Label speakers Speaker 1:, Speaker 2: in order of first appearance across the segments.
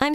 Speaker 1: I'm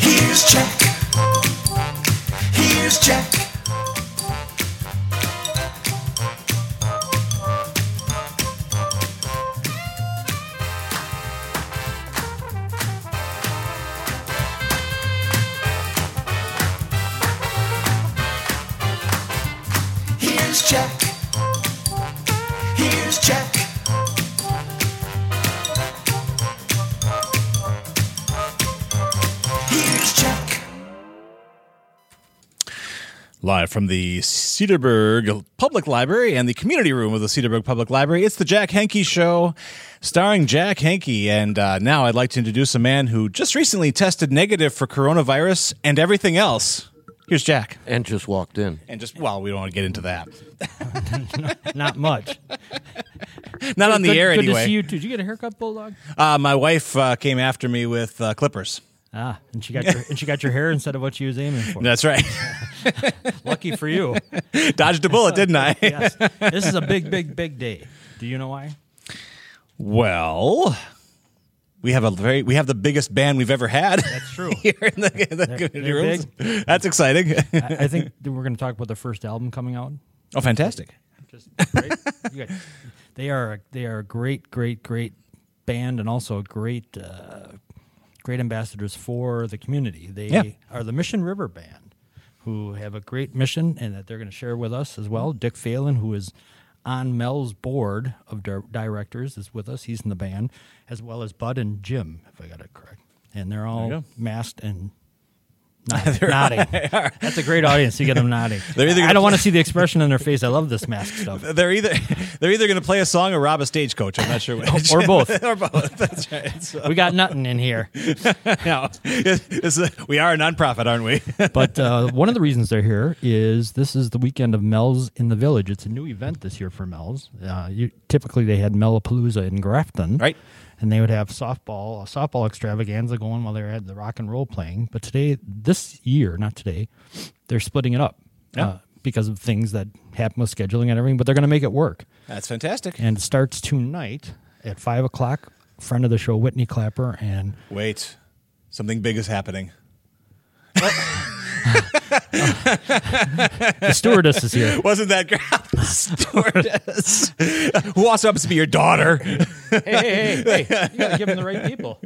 Speaker 2: Here's Jack. Here's Jack. Here's Jack. Here's Jack. Here's Jack.
Speaker 3: Live from the Cedarburg Public Library and the community room of the Cedarburg Public Library, it's the Jack Henke Show, starring Jack Henke. And uh, now I'd like to introduce a man who just recently tested negative for coronavirus and everything else. Here's Jack.
Speaker 4: and just walked in.
Speaker 3: And just, well, we don't want to get into that.
Speaker 5: Not much.
Speaker 3: Not on the
Speaker 5: good,
Speaker 3: air,
Speaker 5: good to see
Speaker 3: anyway.
Speaker 5: you. too. Did you get a haircut, Bulldog?
Speaker 3: Uh, my wife uh, came after me with uh, clippers.
Speaker 5: Ah, and she got your and she got your hair instead of what she was aiming for.
Speaker 3: That's right.
Speaker 5: Lucky for you.
Speaker 3: Dodged a bullet, didn't I?
Speaker 5: Yes. This is a big, big, big day. Do you know why?
Speaker 3: Well, we have a very we have the biggest band we've ever had. That's
Speaker 5: true.
Speaker 3: Here in the, in the community
Speaker 5: they're
Speaker 3: rooms. That's exciting.
Speaker 5: I, I think that we're going to talk about the first album coming out.
Speaker 3: oh, fantastic!
Speaker 5: Just right? You got- they are a- they are a great, great, great band, and also great, uh, great ambassadors for the community. They
Speaker 3: Yeah.
Speaker 5: are the Mission River Band, who have a great mission, and that they're going to share with us as well. Dick Phelan, who is on Mel's board of dir- directors, is with us. He's in the band, as well as Bud and Jim, if I got it correct. And they're all masked and nod- nodding. That's a great audience. You get them nodding.
Speaker 3: They're either
Speaker 5: I
Speaker 3: gonna
Speaker 5: don't want to see the expression on their face. I love this mask stuff.
Speaker 3: They're either they're either going to play a song or rob a stagecoach. I'm not sure which.
Speaker 5: or both.
Speaker 3: or both. That's right. So,
Speaker 5: We got nothing in here.
Speaker 3: no, This is- we are a nonprofit, aren't we?
Speaker 5: But uh, one of the reasons they're here is this is the weekend of Mel's in the Village. It's a new event this year for Mel's. Uh, you, typically, they had Mellapalooza in Grafton,
Speaker 3: Right.
Speaker 5: And they would have softball, a softball extravaganza going while they had the rock and roll playing. But today, this year, not today, they're splitting it up uh, because of things that happen with scheduling and everything. But they're going to make it work.
Speaker 3: That's fantastic.
Speaker 5: And it starts tonight at five o'clock. Friend of the show, Whitney Clapper, and
Speaker 3: Wait, something big is happening.
Speaker 5: the stewardess is here.
Speaker 3: Wasn't that great? Stewardess, who also happens to be your daughter.
Speaker 5: hey, hey, hey, you gotta give them the right people.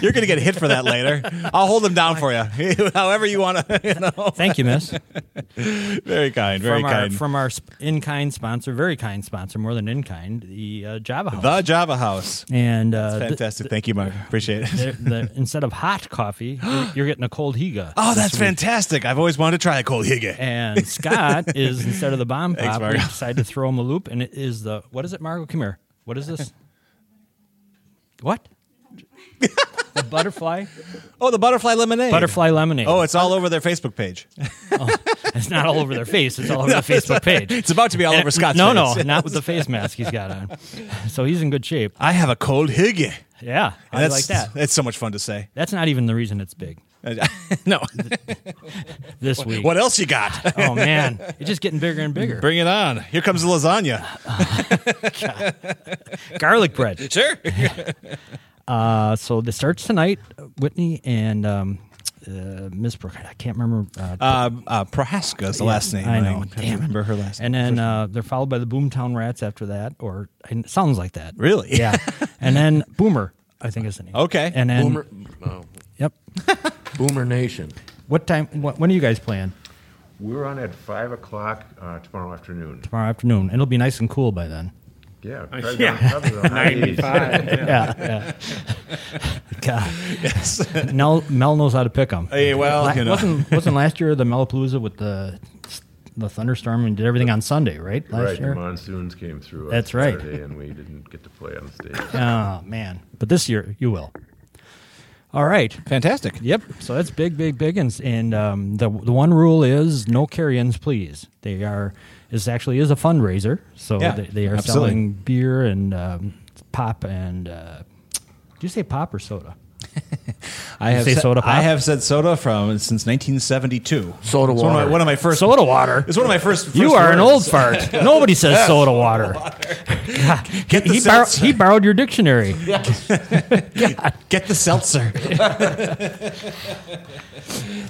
Speaker 3: You're going to get hit for that later. I'll hold them down for you, however you want to.
Speaker 5: Thank you, Miss.
Speaker 3: Very kind. Very
Speaker 5: from
Speaker 3: kind.
Speaker 5: Our, from our sp- in kind sponsor, very kind sponsor, more than in kind, the uh, Java House.
Speaker 3: the Java House.
Speaker 5: and uh, th-
Speaker 3: Fantastic. Thank you, Mark. Appreciate it.
Speaker 5: they're- they're- instead of hot coffee, you're, you're getting a cold higa.
Speaker 3: Oh,
Speaker 5: this
Speaker 3: that's
Speaker 5: week.
Speaker 3: fantastic. I've always wanted to try a cold hige.
Speaker 5: And Scott is instead of the bomb
Speaker 3: Thanks,
Speaker 5: pop, we
Speaker 3: Margo.
Speaker 5: decided to throw him a loop, and it is the what is it, Margo? Come here. What is this? What? The butterfly,
Speaker 3: Oh, the butterfly lemonade.
Speaker 5: butterfly lemonade.
Speaker 3: Oh, it's all over their Facebook page.
Speaker 5: It's not all over their face. It's all over the Facebook page.
Speaker 3: It's about to be all over Scott's
Speaker 5: No,
Speaker 3: face.
Speaker 5: no, not with the face mask he's got on. So he's in good shape.
Speaker 3: I have a cold higgy.
Speaker 5: Yeah, I
Speaker 3: That's,
Speaker 5: like that.
Speaker 3: That's so much fun to say.
Speaker 5: That's not even the reason it's big
Speaker 3: no.
Speaker 5: this week.
Speaker 3: what else you got?
Speaker 5: Oh man, it's just getting bigger and bigger.
Speaker 3: Bring it on. Here comes the lasagna.
Speaker 5: Garlic bread.
Speaker 3: Sure.
Speaker 5: Uh, so this starts tonight. Whitney and um, uh, Miss Brooke. I can't remember. Uh,
Speaker 3: Uh, uh, Prohaska is the last name.
Speaker 5: I know.
Speaker 3: I can't remember her last
Speaker 5: and
Speaker 3: name.
Speaker 5: then uh, they're followed by the Boomtown Rats after that, or it sounds like that.
Speaker 3: Really?
Speaker 5: Yeah. and then Boomer, I think is the name.
Speaker 3: Okay.
Speaker 5: And then
Speaker 4: Boomer, oh,
Speaker 5: Yep.
Speaker 4: Boomer Nation.
Speaker 5: What time? What, when are you guys playing?
Speaker 6: We're on at five o'clock uh, tomorrow afternoon.
Speaker 5: Tomorrow afternoon. It'll be nice and cool by then.
Speaker 6: Yeah,
Speaker 7: yeah.
Speaker 6: ninety-five.
Speaker 5: yeah, yeah. God. Mel, Mel knows how to pick them.
Speaker 3: Hey, well, you know.
Speaker 5: wasn't wasn't last year the Malapalooza with the the thunderstorm and did everything on Sunday, right? Last
Speaker 6: Right, the
Speaker 5: year.
Speaker 6: monsoons came through. on
Speaker 5: That's right.
Speaker 6: Saturday, and we didn't get to play on stage.
Speaker 5: Oh man, but this year you will. All right.
Speaker 3: Fantastic.
Speaker 5: Yep. So that's big, big, big, and, and um, the the one rule is no carry-ins, please. They are this actually is a fundraiser, so
Speaker 3: Yeah,
Speaker 5: they, they are
Speaker 3: absolutely.
Speaker 5: selling beer and um, pop and uh, did you say pop or soda?
Speaker 3: I have
Speaker 5: say
Speaker 3: said,
Speaker 5: soda pop?
Speaker 3: I have said soda from since 1972.
Speaker 4: Soda
Speaker 3: It's one of my,
Speaker 4: water.
Speaker 3: one of my first
Speaker 5: Soda water.
Speaker 3: It's one of my first. first
Speaker 5: You are an
Speaker 3: words.
Speaker 5: old fart. Nobody says soda water. God.
Speaker 3: Get the
Speaker 5: he, borrow-
Speaker 3: seltzer.
Speaker 5: he borrowed your dictionary.
Speaker 3: Get the seltzer,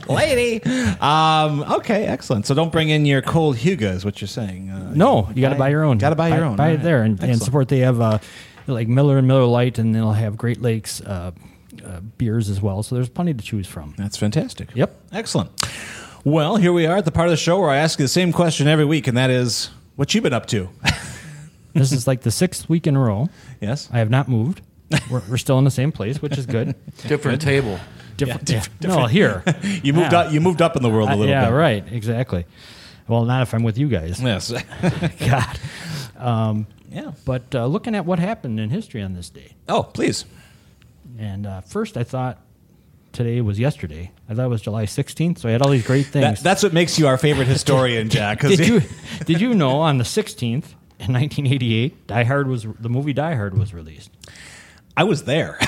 Speaker 3: lady. Um, okay, excellent. So don't bring in your cold Hugo, is what you're saying. Uh,
Speaker 5: No, you got to buy your own.
Speaker 3: Got to buy your own.
Speaker 5: Buy
Speaker 3: All
Speaker 5: it
Speaker 3: right.
Speaker 5: there and, and
Speaker 3: Excellent.
Speaker 5: support. They have uh, like Miller and Miller Light, and they'll have Great Lakes uh, uh, beers as well. So there's plenty to choose from.
Speaker 3: That's fantastic.
Speaker 5: Yep.
Speaker 3: Excellent. Well, here we are at the part of the show where I ask you the same question every week, and that is, what you been up to?
Speaker 5: this is like the sixth week in a row.
Speaker 3: yes.
Speaker 5: I have not moved. We're, we're still in the same place, which is good.
Speaker 4: Different table.
Speaker 5: Different, yeah. No, here.
Speaker 3: you moved
Speaker 5: Yeah. Uh,
Speaker 3: up. You moved up in the world a little
Speaker 5: yeah,
Speaker 3: bit.
Speaker 5: right. Exactly. Well, not if I'm with you guys.
Speaker 3: Yes.
Speaker 5: God.
Speaker 3: yeah.
Speaker 5: But uh, looking at what happened in history on this day,
Speaker 3: Oh, please.
Speaker 5: and uh, first I thought today was yesterday. I thought it was July 16th, so I had all these great
Speaker 3: That,
Speaker 5: things.
Speaker 3: that's what makes you our favorite historian, Jack. 'cause
Speaker 5: did you did you know on the 16th in 1988, Die Hard was the movie Die Hard was released
Speaker 3: I was there.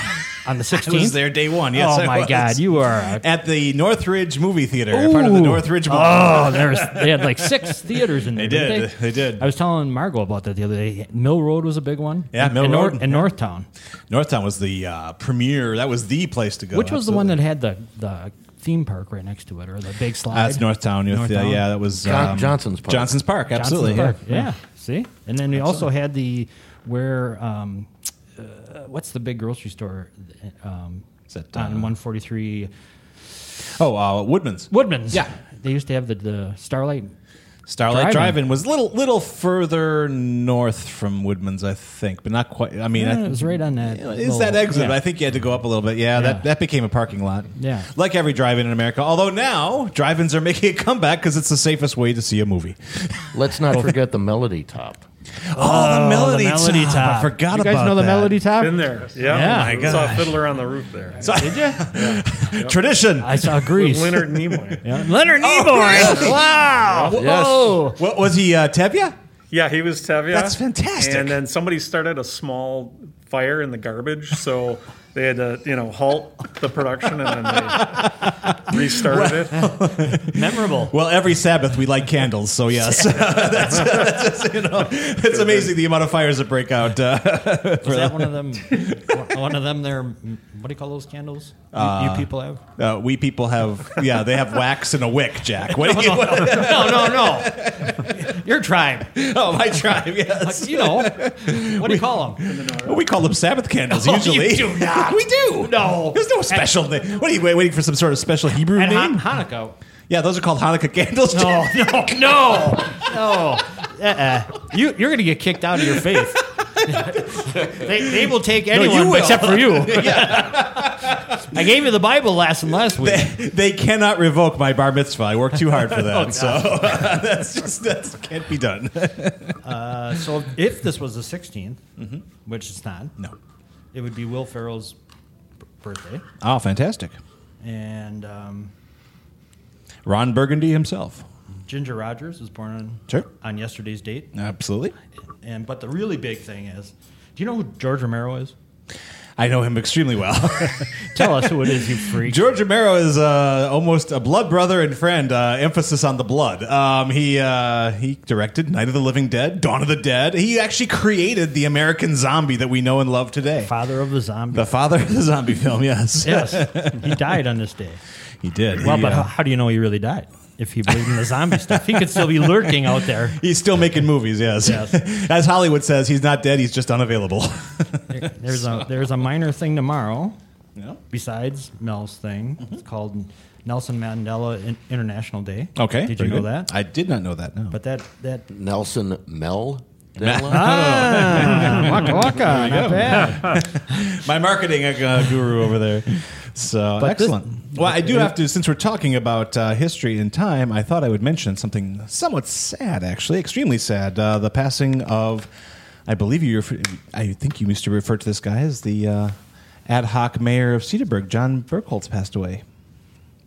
Speaker 5: on the 16th.
Speaker 3: I was there day one. Yes.
Speaker 5: oh
Speaker 3: I
Speaker 5: my
Speaker 3: was.
Speaker 5: God, you are a
Speaker 3: at the Northridge movie theater, part of the
Speaker 5: Ooh.
Speaker 3: Northridge Mall.
Speaker 5: Oh, there's they had like six theaters in there.
Speaker 3: They
Speaker 5: didn't
Speaker 3: did. They did.
Speaker 5: I was telling Margot about that the other day. Mill Road was a big one.
Speaker 3: Yeah,
Speaker 5: and,
Speaker 3: Mill
Speaker 5: and Nor-
Speaker 3: Road.
Speaker 5: and Northtown,
Speaker 3: Northtown was the uh, premiere. That was the place to go.
Speaker 5: which was the one
Speaker 3: absolutely.
Speaker 5: that had the the theme park right next to it, or the big slide.
Speaker 3: Uh, that's Northtown. With, uh,
Speaker 5: Northtown.
Speaker 3: yeah, that was
Speaker 4: John-
Speaker 3: um,
Speaker 4: Johnson's Park.
Speaker 3: Johnson's Park,
Speaker 5: Johnson
Speaker 3: absolutely.
Speaker 5: Park. Yeah. See, and then we also had the where um, uh, what's the big grocery store um,
Speaker 3: Is that,
Speaker 5: on
Speaker 3: uh,
Speaker 5: 143
Speaker 3: Oh, uh, Woodman's.
Speaker 5: Woodman's.
Speaker 3: Yeah.
Speaker 5: they used to have the the Starlight.
Speaker 3: Starlight
Speaker 5: Drive-In.
Speaker 3: Drive-In was a little little further north from Woodman's, I think, but not quite. I mean,
Speaker 5: Yeah,
Speaker 3: I,
Speaker 5: it was right on that.
Speaker 3: It's that
Speaker 5: little-
Speaker 3: exit.
Speaker 5: yeah.
Speaker 3: but I think you had to go up a little bit. Yeah,
Speaker 5: Yeah.
Speaker 3: that, that became a parking lot.
Speaker 5: Yeah.
Speaker 3: Like every drive in in America. Although now drive ins are making a comeback because it's the safest way to see a movie.
Speaker 4: Let's not forget the Melody Top.
Speaker 3: Oh, the Melody,
Speaker 5: Melody
Speaker 3: Top. I
Speaker 5: Top.
Speaker 3: forgot
Speaker 5: you
Speaker 3: about
Speaker 5: guys know the
Speaker 3: that. Oh
Speaker 5: Melody Top?
Speaker 8: Been there. Yeah.
Speaker 5: Yeah.
Speaker 8: I
Speaker 3: My
Speaker 8: saw
Speaker 3: gosh.
Speaker 8: a fiddler on the roof there.
Speaker 3: So- Tradition. Oh,
Speaker 5: I saw Grease.
Speaker 8: Leonard Nimoy. yeah.
Speaker 5: Leonard Nimoy. wow.
Speaker 4: Yes.
Speaker 5: Whoa.
Speaker 3: What was he, uh, Tevya?
Speaker 8: he was Tevye.
Speaker 3: That's fantastic.
Speaker 8: And then somebody started a small fire in the garbage, so they had to, you know, halt the production and then they restarted it.
Speaker 5: Memorable.
Speaker 3: Well, every Sabbath we light candles, so yes. That's- that's just, you know, it's amazing the amount of fires that break out. Uh,
Speaker 5: Was that one of them? One of them. There. What do you call those candles? You, you people have?
Speaker 3: uh, we people have, yeah, they have wax and a wick, Jack. What do you, what-
Speaker 5: No, no, no. Your tribe.
Speaker 3: oh, my tribe, yes.
Speaker 5: You know. What do you call them?
Speaker 3: Well, we call them Sabbath candles
Speaker 5: Oh, you
Speaker 3: usually.
Speaker 5: do not.
Speaker 3: we do.
Speaker 5: No.
Speaker 3: There's no special name. What are you wait- waiting for? Some sort of special Hebrew
Speaker 5: And
Speaker 3: name?
Speaker 5: Han- Hanukkah.
Speaker 3: yeah, those are called Hanukkah candles.
Speaker 5: No, no, no, no. Uh-uh. You, you're going to get kicked out of your faith. they, they will take anyone
Speaker 3: will.
Speaker 5: except for you. I gave you the Bible lesson last week.
Speaker 3: They, they cannot revoke my bar mitzvah. I worked too hard for
Speaker 5: Oh,
Speaker 3: that, so that's just that can't be done.
Speaker 5: So if this was the 16th, which it's not,
Speaker 3: No,
Speaker 5: it would be Will Ferrell's birthday,
Speaker 3: Oh, fantastic.
Speaker 5: and um,
Speaker 3: Ron Burgundy himself.
Speaker 5: Ginger Rogers was born on
Speaker 3: Sure.
Speaker 5: on yesterday's date.
Speaker 3: Absolutely.
Speaker 5: And but the really big thing is, do you know who George Romero is?
Speaker 3: I know him extremely well.
Speaker 5: Tell us who it is, you freak.
Speaker 3: George Romero is uh, almost a blood brother and friend. Uh, emphasis on the blood. Um, he uh, he directed Night of the Living Dead, Dawn of the Dead. He actually created the American zombie that we know and love today.
Speaker 5: Father of the zombie.
Speaker 3: The father of the zombie film. Yes.
Speaker 5: yes, he died on this day.
Speaker 3: He did.
Speaker 5: Well,
Speaker 3: He,
Speaker 5: but
Speaker 3: uh,
Speaker 5: how, how do you know he really died? If he believed in the zombie stuff, he could still be lurking out there.
Speaker 3: He's still making movies, yes.
Speaker 5: Yes.
Speaker 3: As Hollywood says, he's not dead, he's just unavailable.
Speaker 5: There- there's a there's a minor thing tomorrow. Besides Mel's thing,
Speaker 3: Mm-hmm.
Speaker 5: it's called Nelson Mandela In- International Day.
Speaker 3: Okay.
Speaker 5: Did
Speaker 3: very
Speaker 5: you know
Speaker 3: good.
Speaker 5: that?
Speaker 3: I did not know that, no.
Speaker 5: But that that
Speaker 4: Nelson Mel.
Speaker 5: ah, waka waka,
Speaker 3: There you go.
Speaker 5: not bad.
Speaker 3: My marketing uh, guru over there. So
Speaker 5: But this-
Speaker 3: excellent. well, I do have to, since we're talking about uh, history and time, I thought I would mention something somewhat sad, actually, extremely sad. Uh, the passing of, I believe you, refer- I think you used to refer to this guy as the uh, ad hoc mayor of Cedarburg. John Burkholz passed away.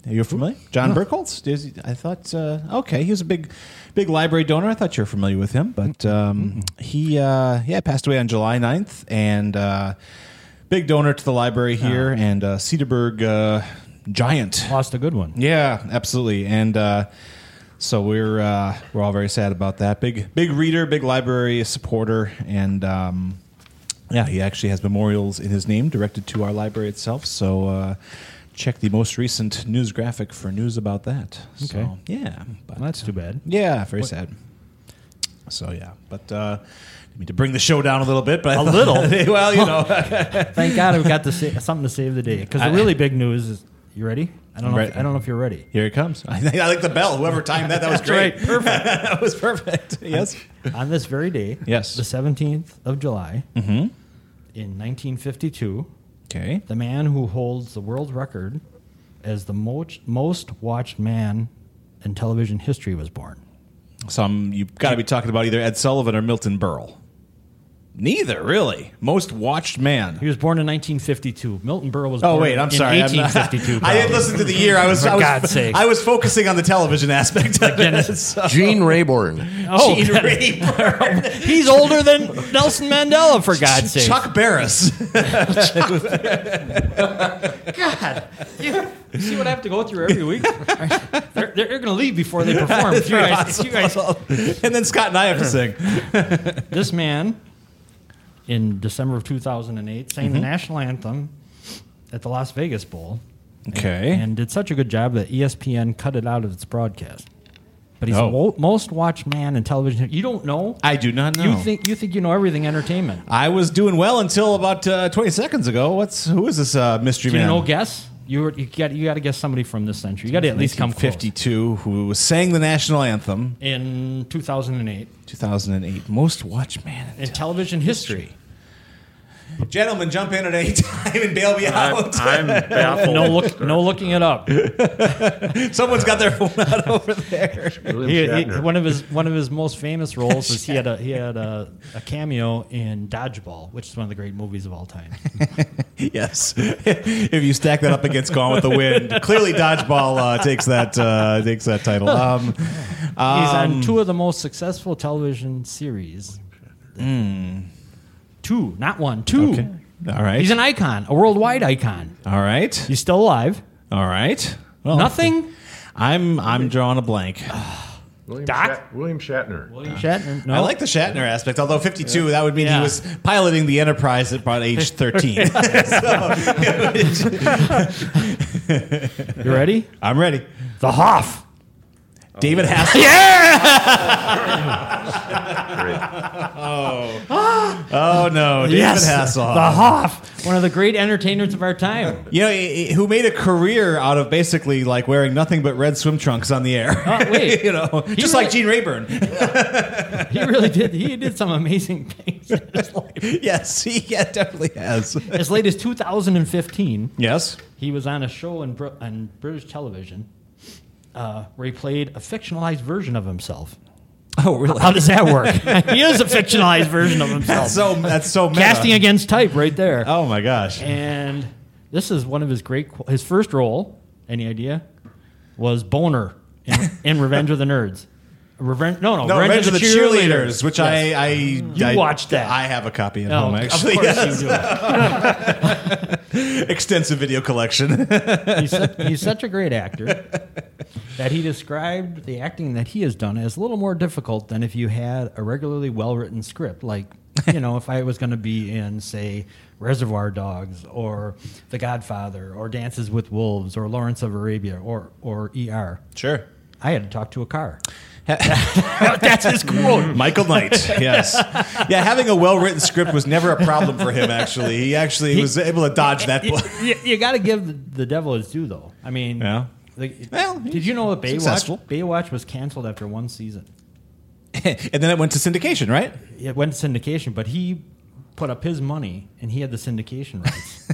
Speaker 3: Are you familiar? John Burkholz? Is he- I thought, uh, okay, he was a big, big library donor. I thought you were familiar with him, but um, he, uh, yeah, passed away on July 9th and uh, big donor to the library here and uh, Cedarburg uh, giant.
Speaker 5: Lost a good one.
Speaker 3: Yeah, absolutely. And uh, so we're uh, we're all very sad about that. Big big reader, big library supporter, and um, yeah, he actually has memorials in his name directed to our library itself. So uh, check the most recent news graphic for news about that.
Speaker 5: Okay.
Speaker 3: So, yeah, but
Speaker 5: Well, that's too bad.
Speaker 3: yeah, very sad. So yeah, but uh, I mean to bring the show down a little bit, but a
Speaker 5: little?
Speaker 3: well, you know.
Speaker 5: Thank God we got to sa- something to save the day because the
Speaker 3: I-
Speaker 5: really big news is you ready? I don't know.
Speaker 3: Right.
Speaker 5: If, I don't know if you're ready.
Speaker 3: Here it comes. I, like the bell. Whoever timed that, that was great. Perfect. that was perfect. Yes.
Speaker 5: On this very day,
Speaker 3: Yes.
Speaker 5: the seventeenth of July, in 1952,
Speaker 3: Okay.
Speaker 5: the man who holds the world record as the most most watched man in television history was born.
Speaker 3: So I'm, you've got to be talking about either Ed Sullivan or Milton Berle. Neither, really. Most watched man.
Speaker 5: He was born in 1952. Milton Berle was.
Speaker 3: Oh
Speaker 5: born
Speaker 3: wait, I'm
Speaker 5: in
Speaker 3: sorry. I'm not-
Speaker 5: 1852.
Speaker 3: I didn't listen to the year. I was.
Speaker 5: For
Speaker 3: I was,
Speaker 5: God's sake.
Speaker 3: I was focusing on the television aspect. Of it. So-
Speaker 4: Gene Rayburn.
Speaker 5: Oh,
Speaker 3: Gene Rayburn.
Speaker 5: he's older than Nelson Mandela, for God's sake.
Speaker 3: Chuck Barris.
Speaker 5: You see what I have to go through every week? they're going to leave before they perform. If you guys- if you guys-
Speaker 3: and then Scott and I have to sing.
Speaker 5: this man, in December of 2008, sang the
Speaker 3: Mm-hmm.
Speaker 5: national anthem at the Las Vegas Bowl
Speaker 3: Okay.
Speaker 5: and did such a good job that E ESPN cut it out of its broadcast. But he's
Speaker 3: Oh.
Speaker 5: the wo- most watched man in television. You don't know?
Speaker 3: I do not know.
Speaker 5: You think you think you know everything entertainment?
Speaker 3: I was doing well until about uh, 20 seconds ago. What's who is this uh, mystery
Speaker 5: Do you
Speaker 3: man?
Speaker 5: know guess? You were, you got you got to guess somebody from this century. You got to at least come close.
Speaker 3: 52 who sang the national anthem
Speaker 5: in 2008
Speaker 3: 2008 most watched man
Speaker 5: in television history.
Speaker 3: gentlemen jump in at any time and bail me out
Speaker 8: I'm baffled.
Speaker 5: No look, no looking it up. He-
Speaker 3: someone's got their phone out over there
Speaker 5: he-
Speaker 6: Shatner.
Speaker 5: one of his one of his most famous roles is he had a he had a, a cameo in Dodgeball, which is one of the great movies of all time.
Speaker 3: yes if you stack that up against gone with the wind clearly dodgeball uh, takes that uh, takes that title um,
Speaker 5: He's on two of the most successful television series. Two, not one, two.
Speaker 3: Hmm. okay. Um, all right Oh.
Speaker 5: He's an icon, a worldwide icon.
Speaker 3: all right
Speaker 5: He's still alive.
Speaker 3: all right well,
Speaker 5: Nothing.
Speaker 3: i'm i'm drawing a blank
Speaker 6: William,
Speaker 5: Doc?
Speaker 6: Shat- William Shatner.
Speaker 5: Shatner, no.
Speaker 3: I like the Shatner aspect, although 52, that would mean
Speaker 5: Yeah.
Speaker 3: he was piloting the Enterprise at about age 13.
Speaker 5: You ready?
Speaker 3: I'm ready.
Speaker 5: The Hoff.
Speaker 3: David Hasselhoff. Yeah! oh. oh, no. David Hasselhoff.
Speaker 5: the Hoff, one of the great entertainers of our time.
Speaker 3: You know, i- i- who made a career out of basically like wearing nothing but red swim trunks on the air.
Speaker 5: Oh, wait.
Speaker 3: you know,
Speaker 5: He
Speaker 3: just
Speaker 5: really-
Speaker 3: like Gene Rayburn.
Speaker 5: He really did. He did some amazing things. in his life.
Speaker 3: yes, he yeah, definitely has.
Speaker 5: As late as 2015,
Speaker 3: Yes.
Speaker 5: he was on a show in Br- on British television uh, where he played a fictionalized version of himself.
Speaker 3: Oh, really?
Speaker 5: How does that work? he is a fictionalized version of himself.
Speaker 3: That's so, that's so meta.
Speaker 5: Oh, Casting against type, right there.
Speaker 3: Oh, my gosh.
Speaker 5: And This is one of his great. qu- His first role, any idea, was Boner in, in Revenge of the Nerds. Revenge, no, no,
Speaker 3: No, Revenge of the Cheerleaders, which I- I-
Speaker 5: you
Speaker 3: I-
Speaker 5: watched that.
Speaker 3: I have a copy at
Speaker 5: Oh,
Speaker 3: home,
Speaker 5: of
Speaker 3: actually,
Speaker 5: course
Speaker 3: yes.
Speaker 5: you do.
Speaker 3: Extensive video collection.
Speaker 5: he's, su- he's such a great actor that he described the acting that he has done as a little more difficult than if you had a regularly well written script. Like, you know, if I was going to be in, say, Reservoir Dogs or The Godfather or Dances with Wolves or Lawrence of Arabia or, or ER.
Speaker 3: Sure.
Speaker 5: I had to talk to a car. Oh, That's his quote.
Speaker 3: Michael Knight, yes. Yeah, having a well written script was never a problem for him, actually. He actually was able to dodge that.
Speaker 5: You, got to give the- the devil his due, though. I mean,
Speaker 3: Yeah.
Speaker 5: like, did you know that Baywatch?
Speaker 3: successful.
Speaker 5: Baywatch was canceled after one season.
Speaker 3: and then it went to syndication, right?
Speaker 5: it went to syndication, but he put up his money and he had the syndication rights.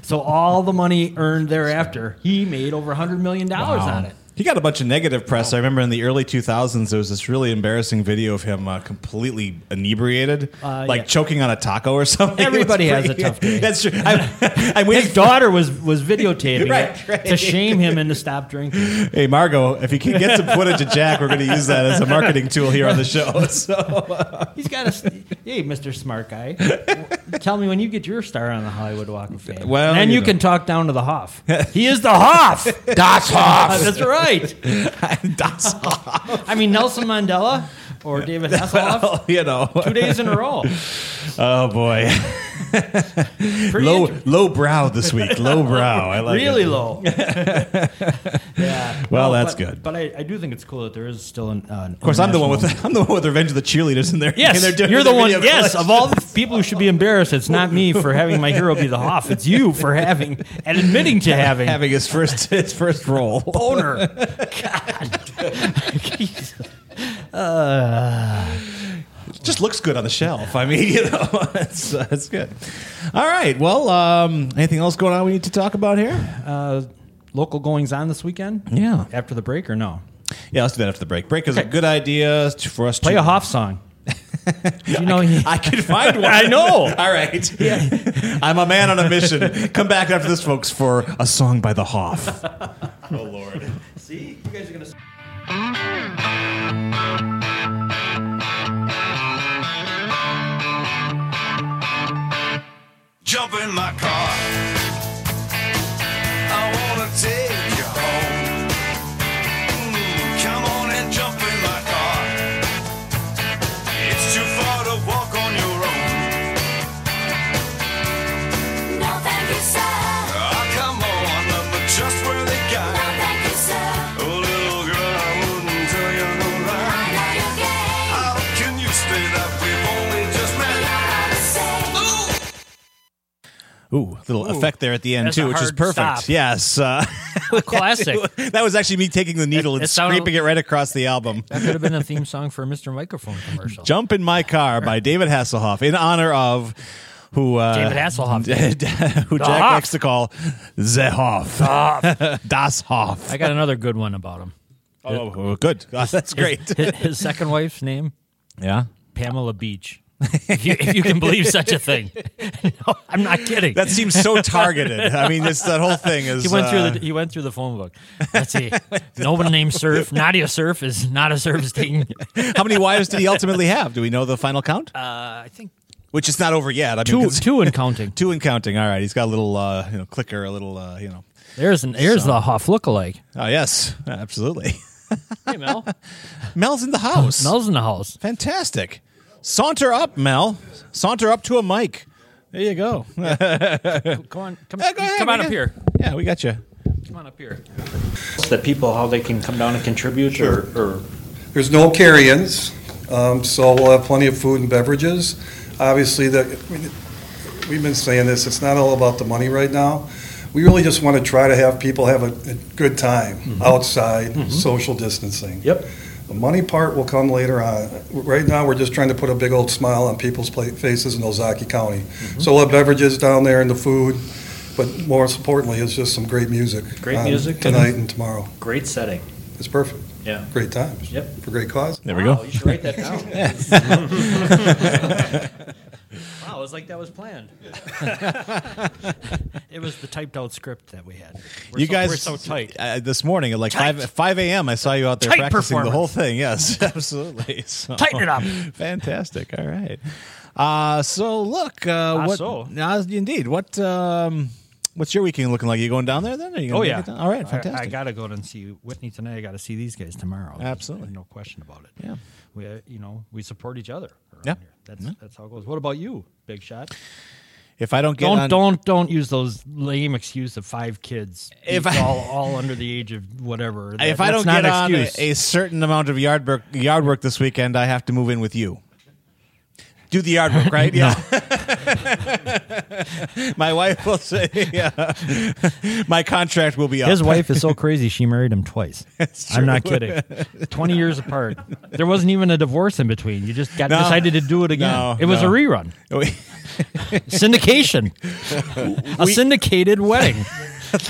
Speaker 5: so all the money earned thereafter, he made over $100 million
Speaker 3: Wow.
Speaker 5: on it.
Speaker 3: He got a bunch of negative press. I remember in the early 2000s, there was this really embarrassing video of him uh, completely inebriated,
Speaker 5: Uh,
Speaker 3: like
Speaker 5: yeah.
Speaker 3: choking on a taco or something. It was
Speaker 5: Everybody has
Speaker 3: pretty-
Speaker 5: a tough day.
Speaker 3: That's true. I, I
Speaker 5: His daughter was, was videotaping
Speaker 3: Right,
Speaker 5: it
Speaker 3: right.
Speaker 5: to shame him into stop drinking.
Speaker 3: Hey, Margo, if you can get some footage of Jack, we're going to use that as a marketing tool here on the show. So
Speaker 5: He's got a hey, Mister Smart Guy. Tell me when you get your star on the Hollywood Walk of Fame.
Speaker 3: Well,
Speaker 5: and
Speaker 3: you
Speaker 5: you,
Speaker 3: know.
Speaker 5: can talk down to the Hoff. He is the Hoff. Uh,
Speaker 3: Das Hoff.
Speaker 5: That's right.
Speaker 3: Das Hoff.
Speaker 5: I mean Nelson Mandela or David Hasselhoff.
Speaker 3: Well, you know,
Speaker 5: two days in a row.
Speaker 3: Oh boy,
Speaker 5: Pretty
Speaker 3: low
Speaker 5: inter-
Speaker 3: low brow this week. Low brow. I like
Speaker 5: really
Speaker 3: it.
Speaker 5: low. yeah.
Speaker 3: Well, that's
Speaker 5: but-
Speaker 3: good.
Speaker 5: But I, I do think it's cool that there is still an. Uh,
Speaker 3: Of course, I'm the one with I'm the one with Revenge of the Cheerleaders in there.
Speaker 5: Yes,
Speaker 3: and
Speaker 5: you're the one. Yes,
Speaker 3: of
Speaker 5: of all the people who should be embarrassed, it's not me for having my hero be the Hoff. It's you for having and admitting to having
Speaker 3: having his first his first role.
Speaker 5: boner. God. Jesus. Uh,
Speaker 3: just looks good on the shelf. I mean, you know, it's, uh, it's good. All right. Well, um, anything else going on we need to talk about here?
Speaker 5: uh, local goings on this weekend?
Speaker 3: Yeah.
Speaker 5: After the break or no?
Speaker 3: Yeah, let's do that after the break. Break is a good idea to- for us
Speaker 5: Play
Speaker 3: to
Speaker 5: a Hoff song. Did you know he-
Speaker 3: I can find one.
Speaker 5: I know.
Speaker 3: All right. I'm a man on a mission. Come back after this, folks, for a song by the Hoff. oh Lord.
Speaker 5: See, you guys are gonna.
Speaker 2: Jump in my car. I wanna take you home. Mm, come on and jump in my car. It's too far to walk on your own.
Speaker 9: No, thank you, sir.
Speaker 2: Ah, come on, I'm a trustworthy guy.
Speaker 9: No, thank you, sir.
Speaker 2: Oh, little girl, I wouldn't tell you no
Speaker 9: I
Speaker 2: lie.
Speaker 9: know you're gay.
Speaker 2: How can you say that we've only just
Speaker 9: You're
Speaker 2: met?
Speaker 9: all the same.
Speaker 3: Ooh, little
Speaker 5: Ooh.
Speaker 3: effect there at the end
Speaker 5: That's
Speaker 3: too,
Speaker 5: a
Speaker 3: which is
Speaker 5: hard
Speaker 3: perfect.
Speaker 5: stop.
Speaker 3: Yes, uh,
Speaker 5: Classic.
Speaker 3: that was actually me taking the needle and
Speaker 5: it sounded-
Speaker 3: scraping it right across the album.
Speaker 5: That could have been a theme song for a Mr. Microphone commercial.
Speaker 3: "Jump in My Car" by David Hasselhoff in honor of who uh,
Speaker 5: David Hasselhoff.
Speaker 3: who
Speaker 10: The
Speaker 3: Jack
Speaker 10: Hoff.
Speaker 3: likes to call the Hoff, Das Hoff.
Speaker 10: I got another good one about him.
Speaker 3: Oh, oh, good. God, that's great.
Speaker 10: His, his second wife's name,
Speaker 3: yeah.
Speaker 10: Pamela Beach. If you, if you can believe such a thing, no, I'm not kidding.
Speaker 3: That seems so targeted. I mean, this that whole thing is.
Speaker 10: he went
Speaker 3: uh,
Speaker 10: through the he went through the phone book. Let's see. Nobody named Surf. Nadia Surf is not a surf thing.
Speaker 3: uh, How many wives did he ultimately have? Do we know the final count?
Speaker 10: Uh, I think
Speaker 3: Which is not over yet. I mean,
Speaker 10: two
Speaker 3: 'cause-
Speaker 10: two and counting.
Speaker 3: two and counting. All right, he's got a little, uh, you know, clicker, a little, uh, you know.
Speaker 10: There's an there's the Hoff lookalike.
Speaker 3: Oh yes, absolutely.
Speaker 10: Hey Mel,
Speaker 3: Mel's in the house.
Speaker 10: Mel's in the house.
Speaker 3: fantastic. Saunter up, Mel. Saunter up to a mic. There you go.
Speaker 10: Come on, come,
Speaker 3: Yeah, go ahead,
Speaker 10: come
Speaker 3: we
Speaker 10: on up
Speaker 3: got-
Speaker 10: here.
Speaker 3: Yeah, we got you.
Speaker 10: Come on up here.
Speaker 5: That people, how they can come down and contribute or, or
Speaker 11: There's no carry-ins, um, so we'll have plenty of food and beverages. Obviously, the, I mean, we've been saying this, it's not all about the money right now. We really just want to try to have people have a, a good time outside, social distancing.
Speaker 5: Mm-hmm. Yep.
Speaker 11: The money part will come later on. Right now, we're just trying to put a big old smile on people's pla- faces in Ozaki County.
Speaker 5: Mm-hmm.
Speaker 11: So we'll have beverages down there and the food, but more importantly, it's just some great music.
Speaker 5: Great
Speaker 11: on
Speaker 5: music and-
Speaker 11: um, Tonight and tomorrow.
Speaker 5: great setting.
Speaker 11: It's perfect.
Speaker 5: Yeah.
Speaker 11: Great times.
Speaker 5: Yep.
Speaker 11: For great cause.
Speaker 3: There we go.
Speaker 5: you should write that down. wow, was like, that was planned.
Speaker 10: it was the typed out script that we had.
Speaker 3: you
Speaker 5: so-
Speaker 3: guys
Speaker 5: we're so tight.
Speaker 3: Uh, this morning at like
Speaker 10: Tight.
Speaker 3: five five a.m. I saw you out there
Speaker 10: Tight
Speaker 3: practicing the
Speaker 10: performance.
Speaker 3: whole thing. Yes, absolutely. So-
Speaker 10: Tighten it up.
Speaker 3: Fantastic. All right. Uh, so look, uh,
Speaker 5: Ah,
Speaker 3: what?
Speaker 5: so.
Speaker 3: Now, indeed, what? Um, what's your weekend looking like? you going down there then? Are you gonna
Speaker 5: Oh
Speaker 3: make
Speaker 5: yeah!
Speaker 3: it down? All right.
Speaker 5: I-
Speaker 3: Fantastic.
Speaker 5: I, gotta go and see Whitney tonight. I gotta see these guys tomorrow. There's
Speaker 3: Absolutely.
Speaker 5: no question about it.
Speaker 3: Yeah.
Speaker 5: we uh, you know we support each other. Around
Speaker 3: Yeah.
Speaker 5: here. that's that's how it goes. What about you, Big Shot?
Speaker 3: if I don't get
Speaker 5: Don't
Speaker 3: on,
Speaker 5: don't don't use those lame excuse of five kids.
Speaker 3: If
Speaker 5: If
Speaker 3: I-
Speaker 5: all all under the age of whatever. That-
Speaker 3: if I
Speaker 5: that's
Speaker 3: don't
Speaker 5: not
Speaker 3: get
Speaker 5: an
Speaker 3: on eh, a,
Speaker 5: excuse.
Speaker 3: a certain amount of yard work, yard work this weekend, I have to move in with you. Do the yard work, right? Yeah. My wife will say, yeah. My contract will be up.
Speaker 5: His wife is so crazy. She married him twice.
Speaker 3: eh, That's
Speaker 5: I'm not
Speaker 3: true.
Speaker 5: kidding. Twenty years apart. There wasn't even a divorce in between. You just got
Speaker 3: No.
Speaker 5: decided to do it again.
Speaker 3: No,
Speaker 5: it was
Speaker 3: no.
Speaker 5: a rerun. Syndication. a syndicated wedding.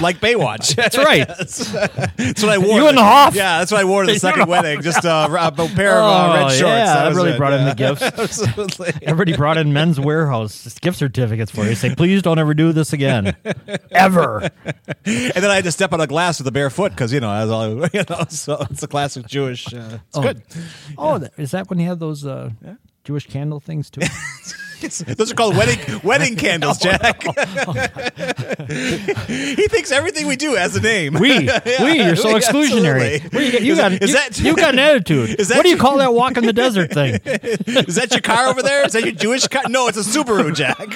Speaker 3: like Baywatch.
Speaker 5: That's right.
Speaker 3: Yes. that's what I wore.
Speaker 5: You
Speaker 3: to-
Speaker 5: and the Hoff.
Speaker 3: Yeah, that's what I wore to the
Speaker 5: You
Speaker 3: second
Speaker 5: and the
Speaker 3: wedding.
Speaker 5: Hoff.
Speaker 3: Just uh, a pair of uh, red
Speaker 5: Oh,
Speaker 3: shorts.
Speaker 5: yeah,
Speaker 3: That
Speaker 5: I
Speaker 3: was
Speaker 5: really
Speaker 3: it.
Speaker 5: brought in the
Speaker 3: Yeah.
Speaker 5: gifts.
Speaker 3: Absolutely.
Speaker 5: Everybody brought in men's warehouse gift certificates for you. Say, please don't ever do this again. Ever.
Speaker 3: and then I had to step on a glass with a bare foot because you know I was all you know. So it's a classic Jewish. Uh, it's
Speaker 5: Oh.
Speaker 3: good.
Speaker 5: Oh, th- is that when you have those uh, Jewish candle things too?
Speaker 3: Those are called wedding wedding candles, Jack.
Speaker 5: Oh,
Speaker 3: he thinks everything we do has a name.
Speaker 5: We, we, you're so
Speaker 3: we-
Speaker 5: exclusionary.
Speaker 3: absolutely.
Speaker 5: We- you
Speaker 3: Is-
Speaker 5: got,
Speaker 3: is
Speaker 5: you,
Speaker 3: that-
Speaker 5: you got an attitude.
Speaker 3: is that
Speaker 5: what do you
Speaker 3: your-
Speaker 5: call that walk in the desert thing?
Speaker 3: Is that your car over there? Is that your Jewish car? No, it's a Subaru, Jack.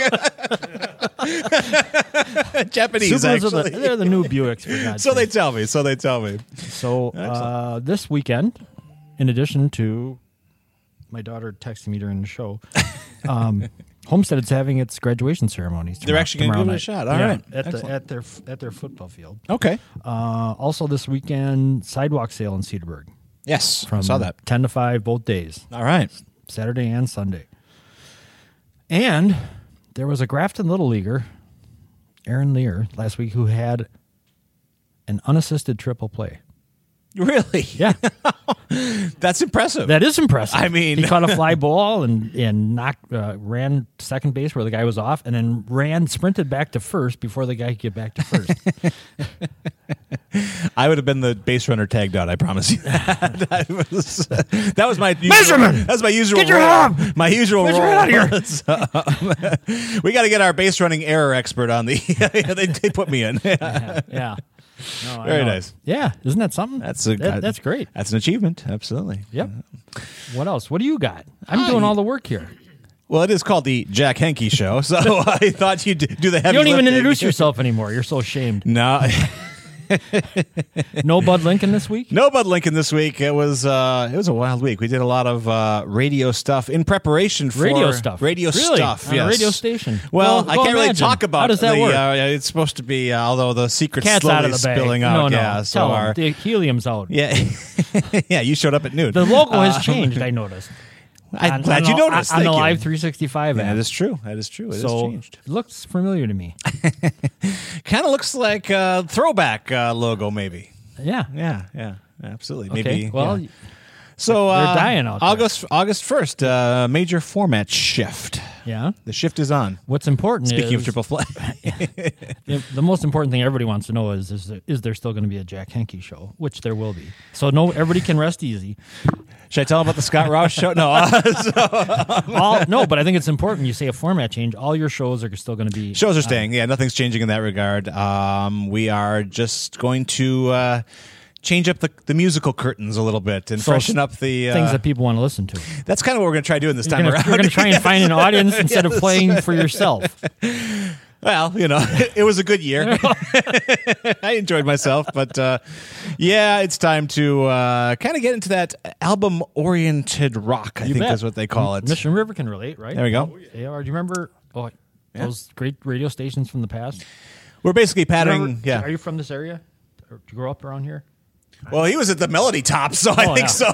Speaker 3: Japanese,
Speaker 5: Subarus are the-
Speaker 3: actually.
Speaker 5: they're the new Buicks. For God's
Speaker 3: so they
Speaker 5: sake.
Speaker 3: tell me. So they tell me.
Speaker 5: so uh, this weekend, in addition to my daughter texting me during the show, um, Homestead's having its graduation ceremonies.
Speaker 3: They're actually gonna
Speaker 5: going to
Speaker 3: give it a shot. All
Speaker 5: All right,
Speaker 3: right.
Speaker 5: at the,
Speaker 3: Excellent.
Speaker 5: at their f- at their football field.
Speaker 3: Okay.
Speaker 5: Uh, also this weekend, sidewalk sale in Cedarburg.
Speaker 3: Yes, I
Speaker 5: from
Speaker 3: saw that.
Speaker 5: ten to five both days.
Speaker 3: All right.
Speaker 5: Saturday and Sunday. And there was a Grafton Little Leaguer, Aaron Lear, last week who had an unassisted triple play.
Speaker 3: Really?
Speaker 5: Yeah,
Speaker 3: That's impressive.
Speaker 5: that is impressive.
Speaker 3: I mean-
Speaker 5: he caught a fly ball and and knocked, uh, ran second base where the guy was off, and then ran sprinted back to first before the guy could get back to first.
Speaker 3: I would have been the base runner tagged out. I promise you that. I was- that was my usual,
Speaker 5: Measurement!
Speaker 3: That's my usual.
Speaker 5: Get your
Speaker 3: role.
Speaker 5: hub!
Speaker 3: My usual
Speaker 5: Get
Speaker 3: role.
Speaker 5: your head out
Speaker 3: So, we got to get our base running error expert on the. they, they put me in.
Speaker 5: yeah, No, I
Speaker 3: Very
Speaker 5: know.
Speaker 3: nice.
Speaker 5: Yeah, isn't that something?
Speaker 3: That's a.
Speaker 5: That- that's great.
Speaker 3: That's an achievement. Absolutely.
Speaker 5: Yep. What else? What do you got? I'm doing all the work here.
Speaker 3: Well, it is called the Jack Henke Show, so I thought you'd do the
Speaker 5: You
Speaker 3: heavy.
Speaker 5: don't even
Speaker 3: lifting.
Speaker 5: introduce yourself anymore. You're so ashamed.
Speaker 3: No,
Speaker 5: No Bud Lincoln this week?
Speaker 3: no Bud Lincoln this week. It was uh, it was a wild week. We did a lot of uh, radio stuff in preparation for
Speaker 5: Radio stuff.
Speaker 3: Radio
Speaker 5: Really?
Speaker 3: stuff.
Speaker 5: On a
Speaker 3: yes.
Speaker 5: radio station.
Speaker 3: Well,
Speaker 5: Go-
Speaker 3: I
Speaker 5: go
Speaker 3: can't really
Speaker 5: imagine.
Speaker 3: talk about.
Speaker 5: How does that
Speaker 3: the,
Speaker 5: work?
Speaker 3: Uh, it's supposed to be, uh, although the secret's
Speaker 5: Cat's
Speaker 3: slowly
Speaker 5: out of the bag.
Speaker 3: spilling
Speaker 5: No,
Speaker 3: out.
Speaker 5: no.
Speaker 3: yeah, so
Speaker 5: Tell 'em.
Speaker 3: our,
Speaker 5: the helium's out.
Speaker 3: yeah, yeah. You showed up at noon.
Speaker 5: The logo
Speaker 3: Um,
Speaker 5: has changed, I noticed.
Speaker 3: I'm
Speaker 5: On-
Speaker 3: glad
Speaker 5: on
Speaker 3: you
Speaker 5: the-
Speaker 3: noticed.
Speaker 5: On
Speaker 3: Thank
Speaker 5: the
Speaker 3: you.
Speaker 5: Live 365
Speaker 3: That
Speaker 5: app.
Speaker 3: is true. That is true. It has
Speaker 5: so
Speaker 3: changed.
Speaker 5: it looks familiar to me.
Speaker 3: Kind of looks like a throwback uh, logo, maybe.
Speaker 5: Yeah.
Speaker 3: Yeah, yeah, absolutely.
Speaker 5: Okay.
Speaker 3: Maybe.
Speaker 5: well,
Speaker 3: yeah. so
Speaker 5: they're
Speaker 3: uh,
Speaker 5: dying out there.
Speaker 3: August August first, uh, major format shift.
Speaker 5: yeah.
Speaker 3: The shift is on.
Speaker 5: What's important
Speaker 3: Speaking
Speaker 5: is
Speaker 3: of triple flag,
Speaker 5: the, the most important thing everybody wants to know is is there, is there still going to be a Jack Henke show, which there will be. So no everybody can rest easy.
Speaker 3: should I tell them about the Scott Ross show? No, uh,
Speaker 5: All, no, but I think it's important you say a format change. All your shows are still going to be
Speaker 3: shows are staying. Yeah, nothing's changing in that regard. Um, we are just going to uh, change up the, the musical curtains a little bit and
Speaker 5: So
Speaker 3: freshen up the uh,
Speaker 5: things that people want to listen to.
Speaker 3: That's kind of what we're going to try doing this
Speaker 5: You're
Speaker 3: time
Speaker 5: gonna,
Speaker 3: around.
Speaker 5: you're gonna try and find an audience instead of
Speaker 3: Yes.
Speaker 5: playing for yourself.
Speaker 3: Well, you know, it was a good year. I enjoyed myself, but uh, yeah, it's time to uh, kind of get into that album-oriented rock. I
Speaker 5: You
Speaker 3: think
Speaker 5: bet.
Speaker 3: is what they call it.
Speaker 5: Mission River can relate, right?
Speaker 3: There we go.
Speaker 5: They are. Do you remember oh, those great radio stations from the past?
Speaker 3: We're basically patterning.
Speaker 5: Remember-
Speaker 3: Yeah.
Speaker 5: Are you from this area? Or Did you grow up around here?
Speaker 3: well, he was at the Melody Top, so I
Speaker 5: Oh,
Speaker 3: think
Speaker 5: yeah.
Speaker 3: so.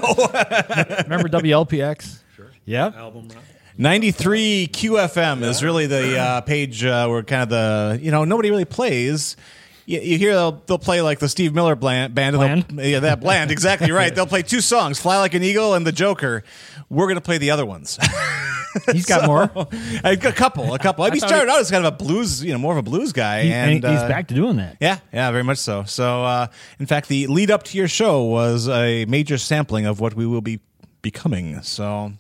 Speaker 5: Remember WLPX? Sure. Yeah.
Speaker 8: album. rock.
Speaker 3: Ninety-three QFM is really the uh, page uh, where kind of the you know nobody really plays. You, you hear they'll, they'll play like the Steve Miller bland, band. and they'll- Yeah, that bland. Exactly right. They'll play two songs, "Fly Like an Eagle" and "The Joker." We're gonna play the other ones. He's got more. A couple, a couple. I mean, he
Speaker 5: thought
Speaker 3: started
Speaker 5: he-
Speaker 3: out as kind of a blues, you know, more of a blues guy,
Speaker 5: He-
Speaker 3: and
Speaker 5: and he's
Speaker 3: uh,
Speaker 5: back to doing that.
Speaker 3: Yeah, yeah, very much so. So, uh, in fact, the lead up to your show was a major sampling of what we will be becoming. So,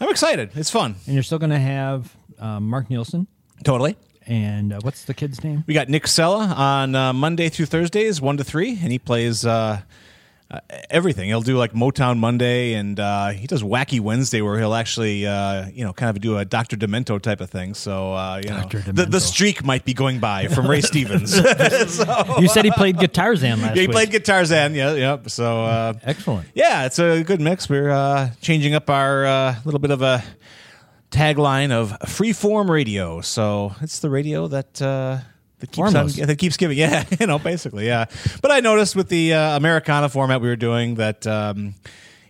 Speaker 3: I'm excited. It's fun.
Speaker 5: And you're still going to have um, Mark Nielsen.
Speaker 3: Totally.
Speaker 5: And uh, what's the kid's name?
Speaker 3: We got Nick Sella on uh, Monday through Thursdays, one to three, and he plays uh, uh, everything. He'll do like Motown Monday, and uh, he does Wacky Wednesday, where he'll actually, uh, you know, kind of do a Doctor Demento type of thing. So, uh, you know, the, the streak might be going by from Ray Stevens.
Speaker 5: you said he played Guitarzan last
Speaker 3: yeah, he
Speaker 5: week.
Speaker 3: played guitar Zan. Yeah, yeah. So uh,
Speaker 5: excellent.
Speaker 3: Yeah, it's a good mix. We're uh, changing up our uh, little bit of a tagline of freeform radio. So it's the radio that. Uh, that keeps, on,
Speaker 5: Formless.
Speaker 3: that keeps giving, yeah, you know, basically, yeah. But I noticed with the uh, Americana format we were doing that, um,